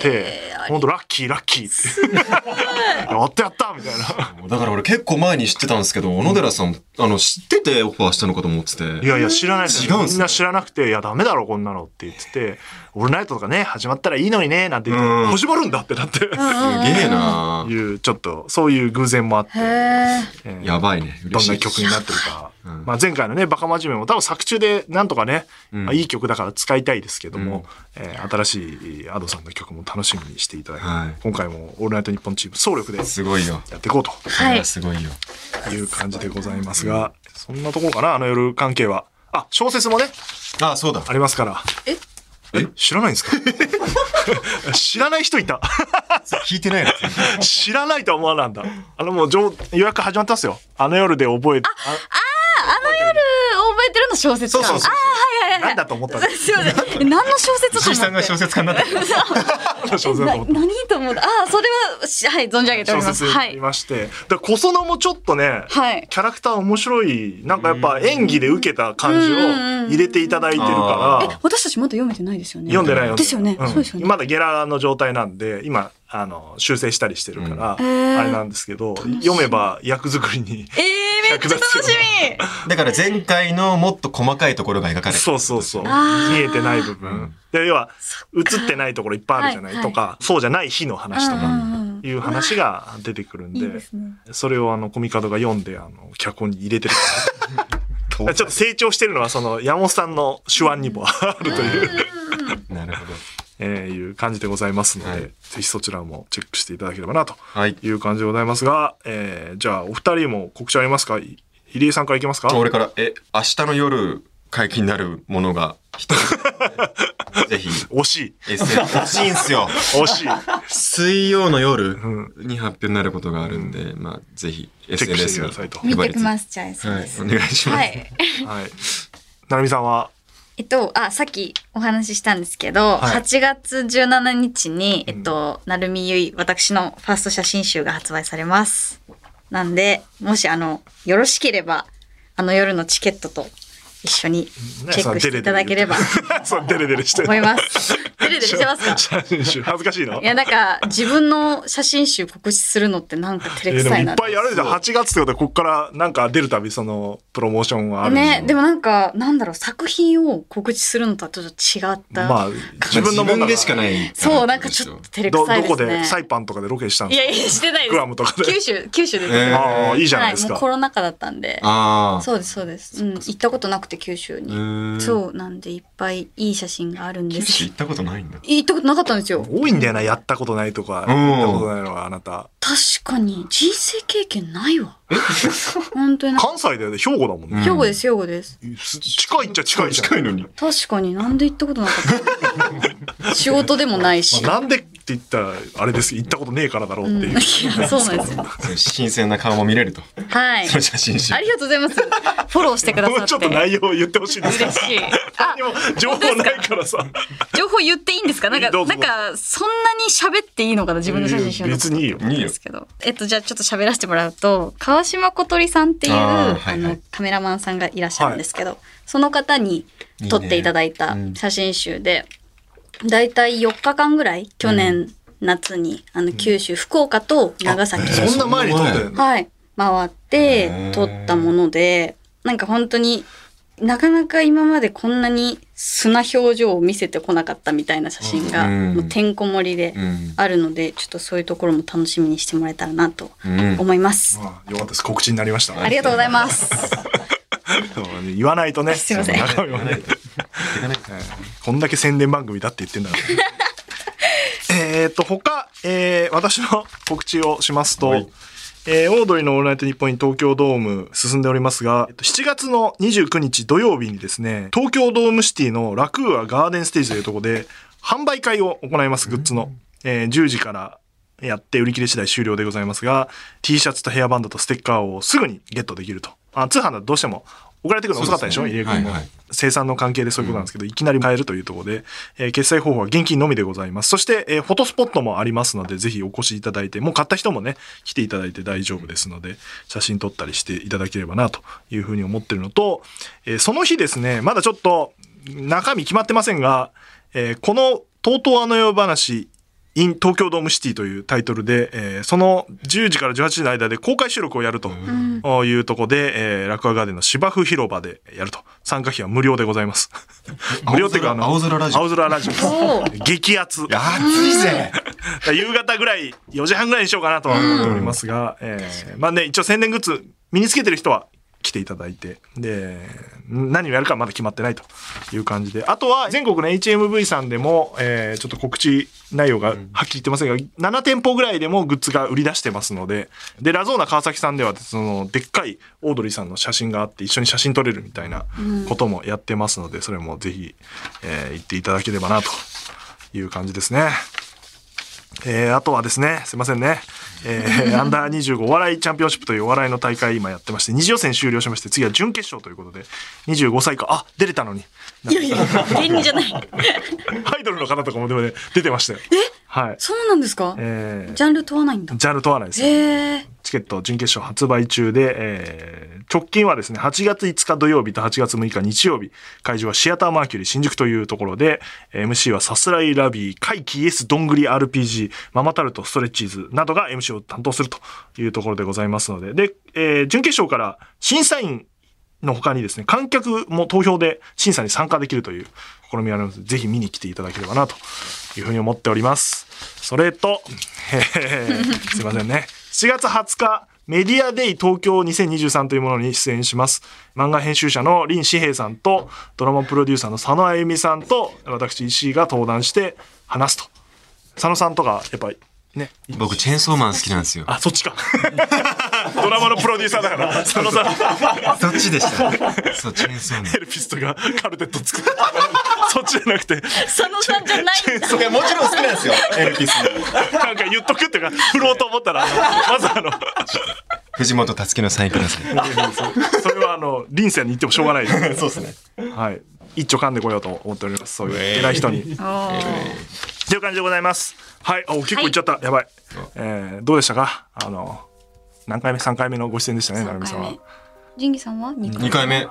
Speaker 1: で
Speaker 2: え、
Speaker 1: ほんとラッキーラッキーって。やったやったみたいな。
Speaker 3: だから俺結構前に知ってたんですけど、小野寺さん、あの、知っててオファーしたのかと思ってて。
Speaker 1: いやいや、知らないです
Speaker 3: 違うんすね
Speaker 1: みんな知らなくて、いや、ダメだろ、こんなのって言ってて、オールナイトとかね、始まったらいいのにね、なんて言
Speaker 3: うん
Speaker 1: って、始まるんだってなって、
Speaker 3: すげえな
Speaker 1: いう、ちょっと、そういう偶然もあって。
Speaker 2: へえ
Speaker 1: えー
Speaker 3: やばいね。嬉
Speaker 1: どん
Speaker 3: しい
Speaker 1: な曲になってるか。
Speaker 3: うん
Speaker 1: まあ、前回のね、バカ真面目も多分作中でなんとかね、
Speaker 3: うん
Speaker 1: まあいい曲だから使いたいですけども、えー新しいアドさんの曲も楽しみにしていただいて、
Speaker 3: はい
Speaker 1: 今回もオールナイトニッポンチーム総力でや
Speaker 3: すごいよ。
Speaker 1: っていこうと
Speaker 3: それ
Speaker 2: は
Speaker 3: はいすごいよ。
Speaker 1: いう感じでございますが、そんなところかな、あの夜関係は。あ、小説もね、
Speaker 3: あ、そうだ
Speaker 1: あ。りますから。
Speaker 2: え
Speaker 3: え
Speaker 1: 知らないんですか 知らない人いた。
Speaker 3: 聞いてないの全然
Speaker 1: 知らないとは思わなんだ。あのもう上予約始まってますよ。あの夜で覚えて、
Speaker 2: 覚えてるの小説 か
Speaker 3: そうそうそう
Speaker 2: ああはいはいはい
Speaker 1: なんだと思ったんだ
Speaker 2: すいませ んえ何の小説と
Speaker 3: 石井さん
Speaker 2: 思
Speaker 3: が
Speaker 2: って
Speaker 3: 小説家になったから。
Speaker 1: 小説だと思
Speaker 2: な
Speaker 1: って
Speaker 2: 何と思ったああそれはしはい存じ上げてお
Speaker 1: 小
Speaker 2: りま
Speaker 1: 説
Speaker 2: すは
Speaker 1: 読
Speaker 2: い
Speaker 1: みまして、でこそのもちょっとね、
Speaker 2: はい
Speaker 1: キャラクター面白いなんかやっぱ演技で受けた感じを入れていただいてる
Speaker 3: うんうんうん
Speaker 1: から、
Speaker 2: 私たちまだ読めてないですよね
Speaker 1: 読んでないよ
Speaker 2: ですよね
Speaker 1: ん
Speaker 2: そうですよね
Speaker 1: まだゲラの状態なんで今あの修正したりしてるから、
Speaker 2: んへー
Speaker 1: あれなんですけど読めば役作りに
Speaker 2: えー、めっちゃ楽しみ
Speaker 3: だから前回のもっと細かいところが描かれてる
Speaker 1: そうそうそう
Speaker 2: あー
Speaker 1: 見えてない部
Speaker 3: う
Speaker 1: 分
Speaker 3: ん
Speaker 1: で要は映ってないところいっぱいあるじゃない
Speaker 2: はい
Speaker 1: とか、そうじゃない日の話とか
Speaker 2: うんうんうん
Speaker 1: いう話が出てくるんで
Speaker 2: いいですね
Speaker 1: それをあのコミカドが読んであの脚本に入れてる
Speaker 3: と
Speaker 1: ちょっと成長してるのはその山本さんの手腕にもあるという、
Speaker 3: なるほど。
Speaker 1: えーいう感じでございますので、
Speaker 3: はい
Speaker 1: ぜひそちらもチェックしていただければなと
Speaker 3: はい。
Speaker 1: いう感じでございますが、えーじゃあお二人も告知ありますかい入江さんからいきますか
Speaker 3: 俺から、え、明日の夜解禁になるものが一つ。ぜひ、
Speaker 1: 惜しい
Speaker 3: SF、欲しいんすよ。
Speaker 1: 惜しい
Speaker 3: 水曜の夜
Speaker 1: ん
Speaker 3: に発表になることがあるんで、まあ、ぜひ、
Speaker 1: チェックして
Speaker 3: SNS
Speaker 1: くだ
Speaker 3: に。
Speaker 1: さいと、
Speaker 2: 見てきますじゃあ s
Speaker 3: はい
Speaker 2: で、す
Speaker 3: お願いします。
Speaker 2: はい
Speaker 1: はいなるみさんは
Speaker 2: えっと、あ、さっきお話ししたんですけ
Speaker 1: は
Speaker 2: ど、
Speaker 1: い
Speaker 2: 8月17日に、えっと、なるみゆい、私のファースト写真集が発売されます。なんで、もし、あの、よろしければ、あの夜のチケットと一緒にチェックしていただければ
Speaker 1: そうデレデレして
Speaker 2: 思 います。デレデレしてますか
Speaker 1: 写真集恥ずかしいの
Speaker 2: いや、なんか、自分の写真集告知するのってなんか照
Speaker 1: え
Speaker 2: れ
Speaker 1: ー
Speaker 2: く
Speaker 1: でも
Speaker 2: さ
Speaker 1: い
Speaker 2: い
Speaker 1: っ
Speaker 2: な
Speaker 1: ぱいやるじゃん8月ってことはここからなんか出るたびそのプロモーションはあるし
Speaker 2: ね、でもなんか、なんだろう、作品を告知するのとはちょっと違った。
Speaker 1: まあ自分のもんだ
Speaker 3: でしかない。
Speaker 2: そう、なんかちょっと照れ
Speaker 1: ど
Speaker 2: くさ
Speaker 1: ど
Speaker 2: いで
Speaker 1: こ
Speaker 2: すね。
Speaker 1: でサイパンとかでロケしたん
Speaker 2: い
Speaker 1: ですか
Speaker 2: やいや、してないです。
Speaker 1: グアムとかで
Speaker 2: 九州、九州です。
Speaker 3: えー
Speaker 1: ああいいじゃないです
Speaker 2: は
Speaker 1: か、
Speaker 2: もうコロナ禍だったんで。
Speaker 3: ああ。
Speaker 2: そうです、そうです。うん、行ったことなくて九州に。
Speaker 3: うん
Speaker 2: そう、なんでいっぱいいい写真があるんで
Speaker 3: 九州
Speaker 2: す
Speaker 3: 行。ったことないんだ。
Speaker 2: 行ったことなかったんですよ。
Speaker 1: 多いんだよなやったことないとか
Speaker 3: うん
Speaker 1: やったことないのはあなた
Speaker 2: 確かに人生経験な いわ。本当にな
Speaker 1: 関西だよね。兵庫だもんね。
Speaker 2: 兵庫です、兵庫です。
Speaker 1: す近いっちゃ近いじゃん。
Speaker 3: 近いのに。
Speaker 2: 確かになんで行ったことなかった。仕事でもないし。
Speaker 1: まあなんでって言ったら、あれです。行ったことねえからだろうって
Speaker 2: う
Speaker 1: い。
Speaker 2: ん、いうや、そうなんですよ。
Speaker 3: 新鮮な顔も見れると。
Speaker 2: はい
Speaker 3: そ。の写真集
Speaker 2: あ。りがとうございます。フォローしてくださって。
Speaker 1: もうちょっと内容を言ってほしいんですけど
Speaker 2: 嬉しい。あ
Speaker 1: 何に、も情報ないからさ。
Speaker 2: 情報言っていいんですかなん
Speaker 1: い
Speaker 2: か、
Speaker 1: いどうぞ
Speaker 2: なんか、そんなに喋っていいのかな自分の写真集の。
Speaker 1: 別にいいよ。
Speaker 3: いい
Speaker 2: で
Speaker 3: よ。
Speaker 2: すけど。えっと、じゃあちょっと喋らせてもらうと、川島小鳥さんっていう、
Speaker 3: あー
Speaker 2: あ,、
Speaker 3: はいはい
Speaker 2: の、カメラマンさんがいらっしゃるんですけど、その方に撮っていただいた
Speaker 3: いいねうん
Speaker 2: 写真集で、だいたい4日間ぐらい、去年夏に、あの、九州、福岡と長崎
Speaker 3: あ
Speaker 1: そんな前に撮ってんの
Speaker 2: はい、回っ
Speaker 3: へー
Speaker 2: て撮ったもので、なんか本当になかなか今までこんなに素な表情を見せてこなかったみたいな写真が、
Speaker 3: うん
Speaker 2: もうてんこ盛りで
Speaker 3: うん。
Speaker 2: あるので、ちょっとそういうところも楽しみにしてもらえたらなと
Speaker 3: うん。
Speaker 2: 思います。
Speaker 1: まあよかったです。告知になりました。
Speaker 2: ありがとうございます。
Speaker 1: そうね言わないとね。
Speaker 2: すいません
Speaker 1: 中身はねこんだけ宣伝番組だって言ってんだ から。えっと、他、えー私の告知をしますと
Speaker 3: はい、
Speaker 1: えーオードリーのオールナイトニッポンに東京ドーム進んでおりますが、えっと7月の29日土曜日にですね、東京ドームシティのラクーアガーデンステージというところで、販売会を行います、グッズの。えー10時からやって売り切れ次第終了でございますが、T シャツとヘアバンドとステッカーをすぐにゲットできると。あ通販だとどうしても送られてくるの遅かったでしょ、
Speaker 3: そう
Speaker 1: 入
Speaker 3: です
Speaker 1: 江
Speaker 3: ね
Speaker 1: 君も。
Speaker 3: はいはい
Speaker 1: 生産の関係でそういうことなんですけど、いきなり買えるというところで、えー決済方法は現金のみでございます。そして、えーフォトスポットもありますので、ぜひお越しいただいて、もう買った人もね、来ていただいて大丈夫ですので、写真撮ったりしていただければな、というふうに思ってるのと、えーその日ですね、まだちょっと中身決まってませんが、えーこの TOTO あの世話 in 東京ドームシティというタイトルで、えーその10時から18時の間で公開収録をやると。
Speaker 2: うん
Speaker 1: というとこで、えー、ラクアガーデンの芝生広場でやると。参加費は無料でございます。無料っていうか、あの、
Speaker 3: 青空ラジオ
Speaker 1: 青空ラジオです
Speaker 2: おー
Speaker 1: 激アツ。だか
Speaker 3: 暑いぜ。
Speaker 1: ら 夕方ぐらい、4時半ぐらいにしようかなとは思っておりますが、えーまあね、一応宣伝グッズ身につけてる人は来ていただいて、で、何をやるかはまだ決まってないという感じで。あとは、全国の HMV さんでも、えーちょっと告知内容がはっきり言ってませんが、7店舗ぐらいでもグッズが売り出してますので、で、ラゾーナ川崎さんでは、その、でっかいオードリーさんの写真があって、一緒に写真撮れるみたいなこともやってますので、それもぜひ、えー行っていただければな、という感じですね。えーあとはですね、すいませんね。えーアンダー25お笑いチャンピオンシップというお笑いの大会今やってまして、二次予選終了しまして、次は準決勝ということで、25歳以下、あ、出れたのに。
Speaker 2: いやいや、芸人じゃない。
Speaker 1: アイドルの方とかもでもね、出てましたよ。はい。
Speaker 2: そうなんですか
Speaker 1: えー
Speaker 2: ジャンル問わないんだ。
Speaker 1: ジャンル問わないですよ。
Speaker 2: へえ。
Speaker 1: チケット準決勝発売中で、えー直近はですね、8月5日土曜日と8月6日日曜日、会場はシアターマーキュリー新宿というところで、えー MC はさすらいラビー、怪奇イエスどんぐり RPG、ママタルトストレッチーズなどが MC を担当するというところでございますので、で、えー準決勝から審査員の他にですね、観客も投票で審査に参加できるという試みがありますので、ぜひ見に来ていただければなというふうに思っております。それと、えーすいませんね。7月20日、メディアデイ東京2023というものに出演します。漫画編集者の林志平さんと、ドラマプロデューサーの佐野あゆみさんと、私石井が登壇して話すと。佐野さんとか、やっぱり、ね、
Speaker 3: 僕、チェーンソーマン好きなんですよ。
Speaker 1: あ、そっちか。ドラマのプロデューサーだから、佐野さん。
Speaker 3: そっちでした。そう、チェーンソーマン。
Speaker 1: ヘルピストが カルテット作った。そっちじゃなくて、
Speaker 2: 佐野さんじゃないんだ。
Speaker 3: いや、もちろん好きなんですよ。エルピスも。
Speaker 1: なんか言っとくっていうか、振ろうと思ったら、あのまずあの、
Speaker 3: 藤本つきのサインください。
Speaker 1: それはあの、臨戦に行ってもしょうがないです。
Speaker 3: そうですね。
Speaker 1: はい。一丁噛んでこようと思っております。そういう偉い人に。
Speaker 2: おー
Speaker 1: という感じでございます。はい。お、結構いっちゃった。やばい。えーどうでしたかあの、何回目 ?3 回目のご出演でしたね、成
Speaker 2: 三
Speaker 1: 美さ
Speaker 2: 回
Speaker 1: んは
Speaker 2: 目。。ジンギさんは二回目
Speaker 3: 2回目。
Speaker 1: はい。
Speaker 2: う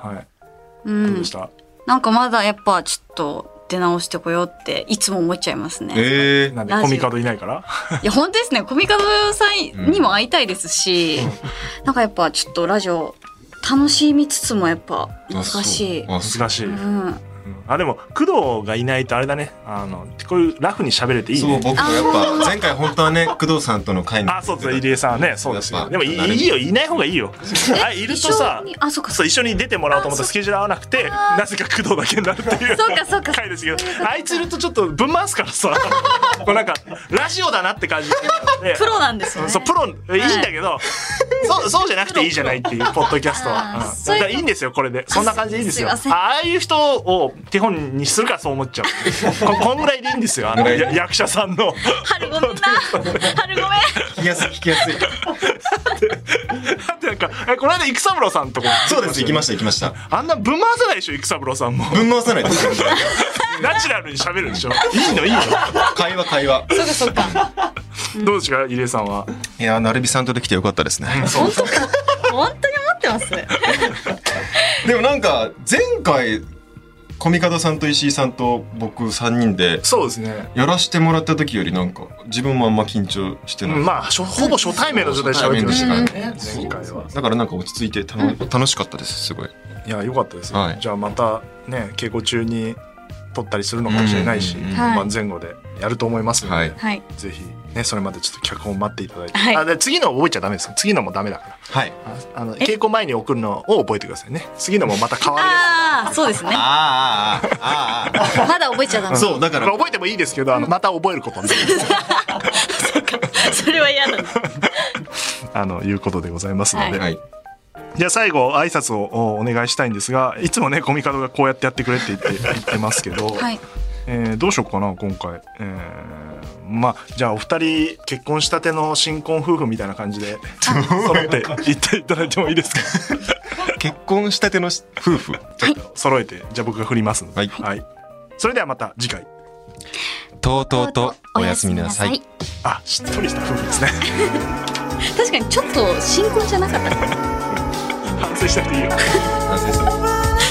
Speaker 1: どうで
Speaker 2: ん
Speaker 1: し。た
Speaker 2: なんかまだやっぱちょっと出直してこようっていつも思っちゃいますね。
Speaker 3: ええ
Speaker 1: なんで
Speaker 2: ラジオ
Speaker 1: コミカドいない から
Speaker 2: いや本当ですねコミカドさんにも会いたいですし、なんかやっぱちょっとラジオ楽しみつつもやっぱ難しい。
Speaker 3: あ、そうあ
Speaker 1: 難しい。
Speaker 2: うん、
Speaker 1: あでも工藤がいないとあれだねあのこういうラフに喋れていい
Speaker 3: そう
Speaker 1: ね
Speaker 3: 僕もやっぱ前回本当はね工藤さんとの会に
Speaker 1: あそうそう入江さんはねそうです
Speaker 3: やっぱ
Speaker 1: よでもい
Speaker 3: 慣れ
Speaker 1: いいよいない方がいいよあいるとさ
Speaker 2: 一緒にあそうか
Speaker 1: そう一緒に出てもらおうと思った
Speaker 2: あ
Speaker 1: らスケジュール合わなくてなぜか工藤だけになるっていう
Speaker 2: そうかそうか
Speaker 1: 回ですけど
Speaker 2: そういうことか
Speaker 1: あいついるとちょっとぶん回すから さこうなんかラジオだなって感じで
Speaker 2: プロなんですよね
Speaker 1: そうプロいいんだ けど、そうそうじゃなくていいじゃないっていうポッドキャストは、うん
Speaker 2: あー
Speaker 1: だ
Speaker 2: そういう
Speaker 1: からいいんですよこれでそんな感じでいいですよ
Speaker 2: すいません
Speaker 1: ああいう人を手本にするからそう思っちゃうここんぐらいでいいんですよあの
Speaker 3: こんぐら
Speaker 1: や役者さんの
Speaker 2: 春ごめんな春ごめん
Speaker 3: 聞きやすい聞きや すい
Speaker 1: だってなんかえこの間育三郎さんとこ
Speaker 3: そうです行きました行きました
Speaker 1: あんなぶん回さないでしょ育三郎さんも
Speaker 3: 分回さないです
Speaker 1: ナチュラルに喋るでしょいいのいいの
Speaker 3: 会話会話
Speaker 2: そうかそうか
Speaker 1: どうですか入江さんはい
Speaker 3: やなるびさんとできてよかったですね
Speaker 2: 本当か本当に思ってます
Speaker 3: でもなんか前回コミカドさんと石井さんと僕3人で
Speaker 1: そうですね
Speaker 3: やらしてもらった時よりなんか自分もあんま緊張してない、
Speaker 1: まあ初ほぼ初対面の状態で喋ってましたからね前回は
Speaker 3: だからなんか落ち着いてたの楽しかったですすごい
Speaker 1: いや良かったですよ、
Speaker 3: はい
Speaker 1: じゃあまたね稽古中に撮ったりするのかもしれないし、
Speaker 3: うんうんうん
Speaker 2: はい
Speaker 1: 本番前後でやると思いますので、
Speaker 3: はい
Speaker 2: はい
Speaker 1: ぜひねそれまでちょっと脚本待っていただいて、
Speaker 2: はい
Speaker 1: あで次の覚えちゃダメですよ次のもダメだから
Speaker 3: はい
Speaker 1: ああの稽古前に送るのを覚えてくださいね次のもまた変わる
Speaker 2: ああそうですね
Speaker 3: あーあーあーあ
Speaker 2: まだ覚えちゃダ
Speaker 3: ー
Speaker 2: メ
Speaker 3: そうだか
Speaker 1: ま
Speaker 3: ら
Speaker 1: あ覚えてもいいですけどあのまた覚えることになる
Speaker 2: それは嫌だ
Speaker 1: あのいうことでございますので、
Speaker 2: は
Speaker 3: はい
Speaker 1: じゃあ最後挨拶をおお願いしたいんですがいつもねコミカドがこうやってやってくれって言って 言ってますけど、
Speaker 2: はい
Speaker 1: えーどうしようかな今回、えーまあじゃあお二人結婚したての新婚夫婦みたいな感じで揃って言っていただいてもいいですか
Speaker 3: 結婚したてのし夫婦
Speaker 1: 揃えてじゃあ僕が振りますので、
Speaker 3: はい
Speaker 1: それではまた次回
Speaker 3: とうとうとおやすみなさい
Speaker 1: あしっとりした夫婦ですね
Speaker 2: 確かにちょっと新婚じゃなかった
Speaker 1: 反省しなくていいよ
Speaker 3: 完成した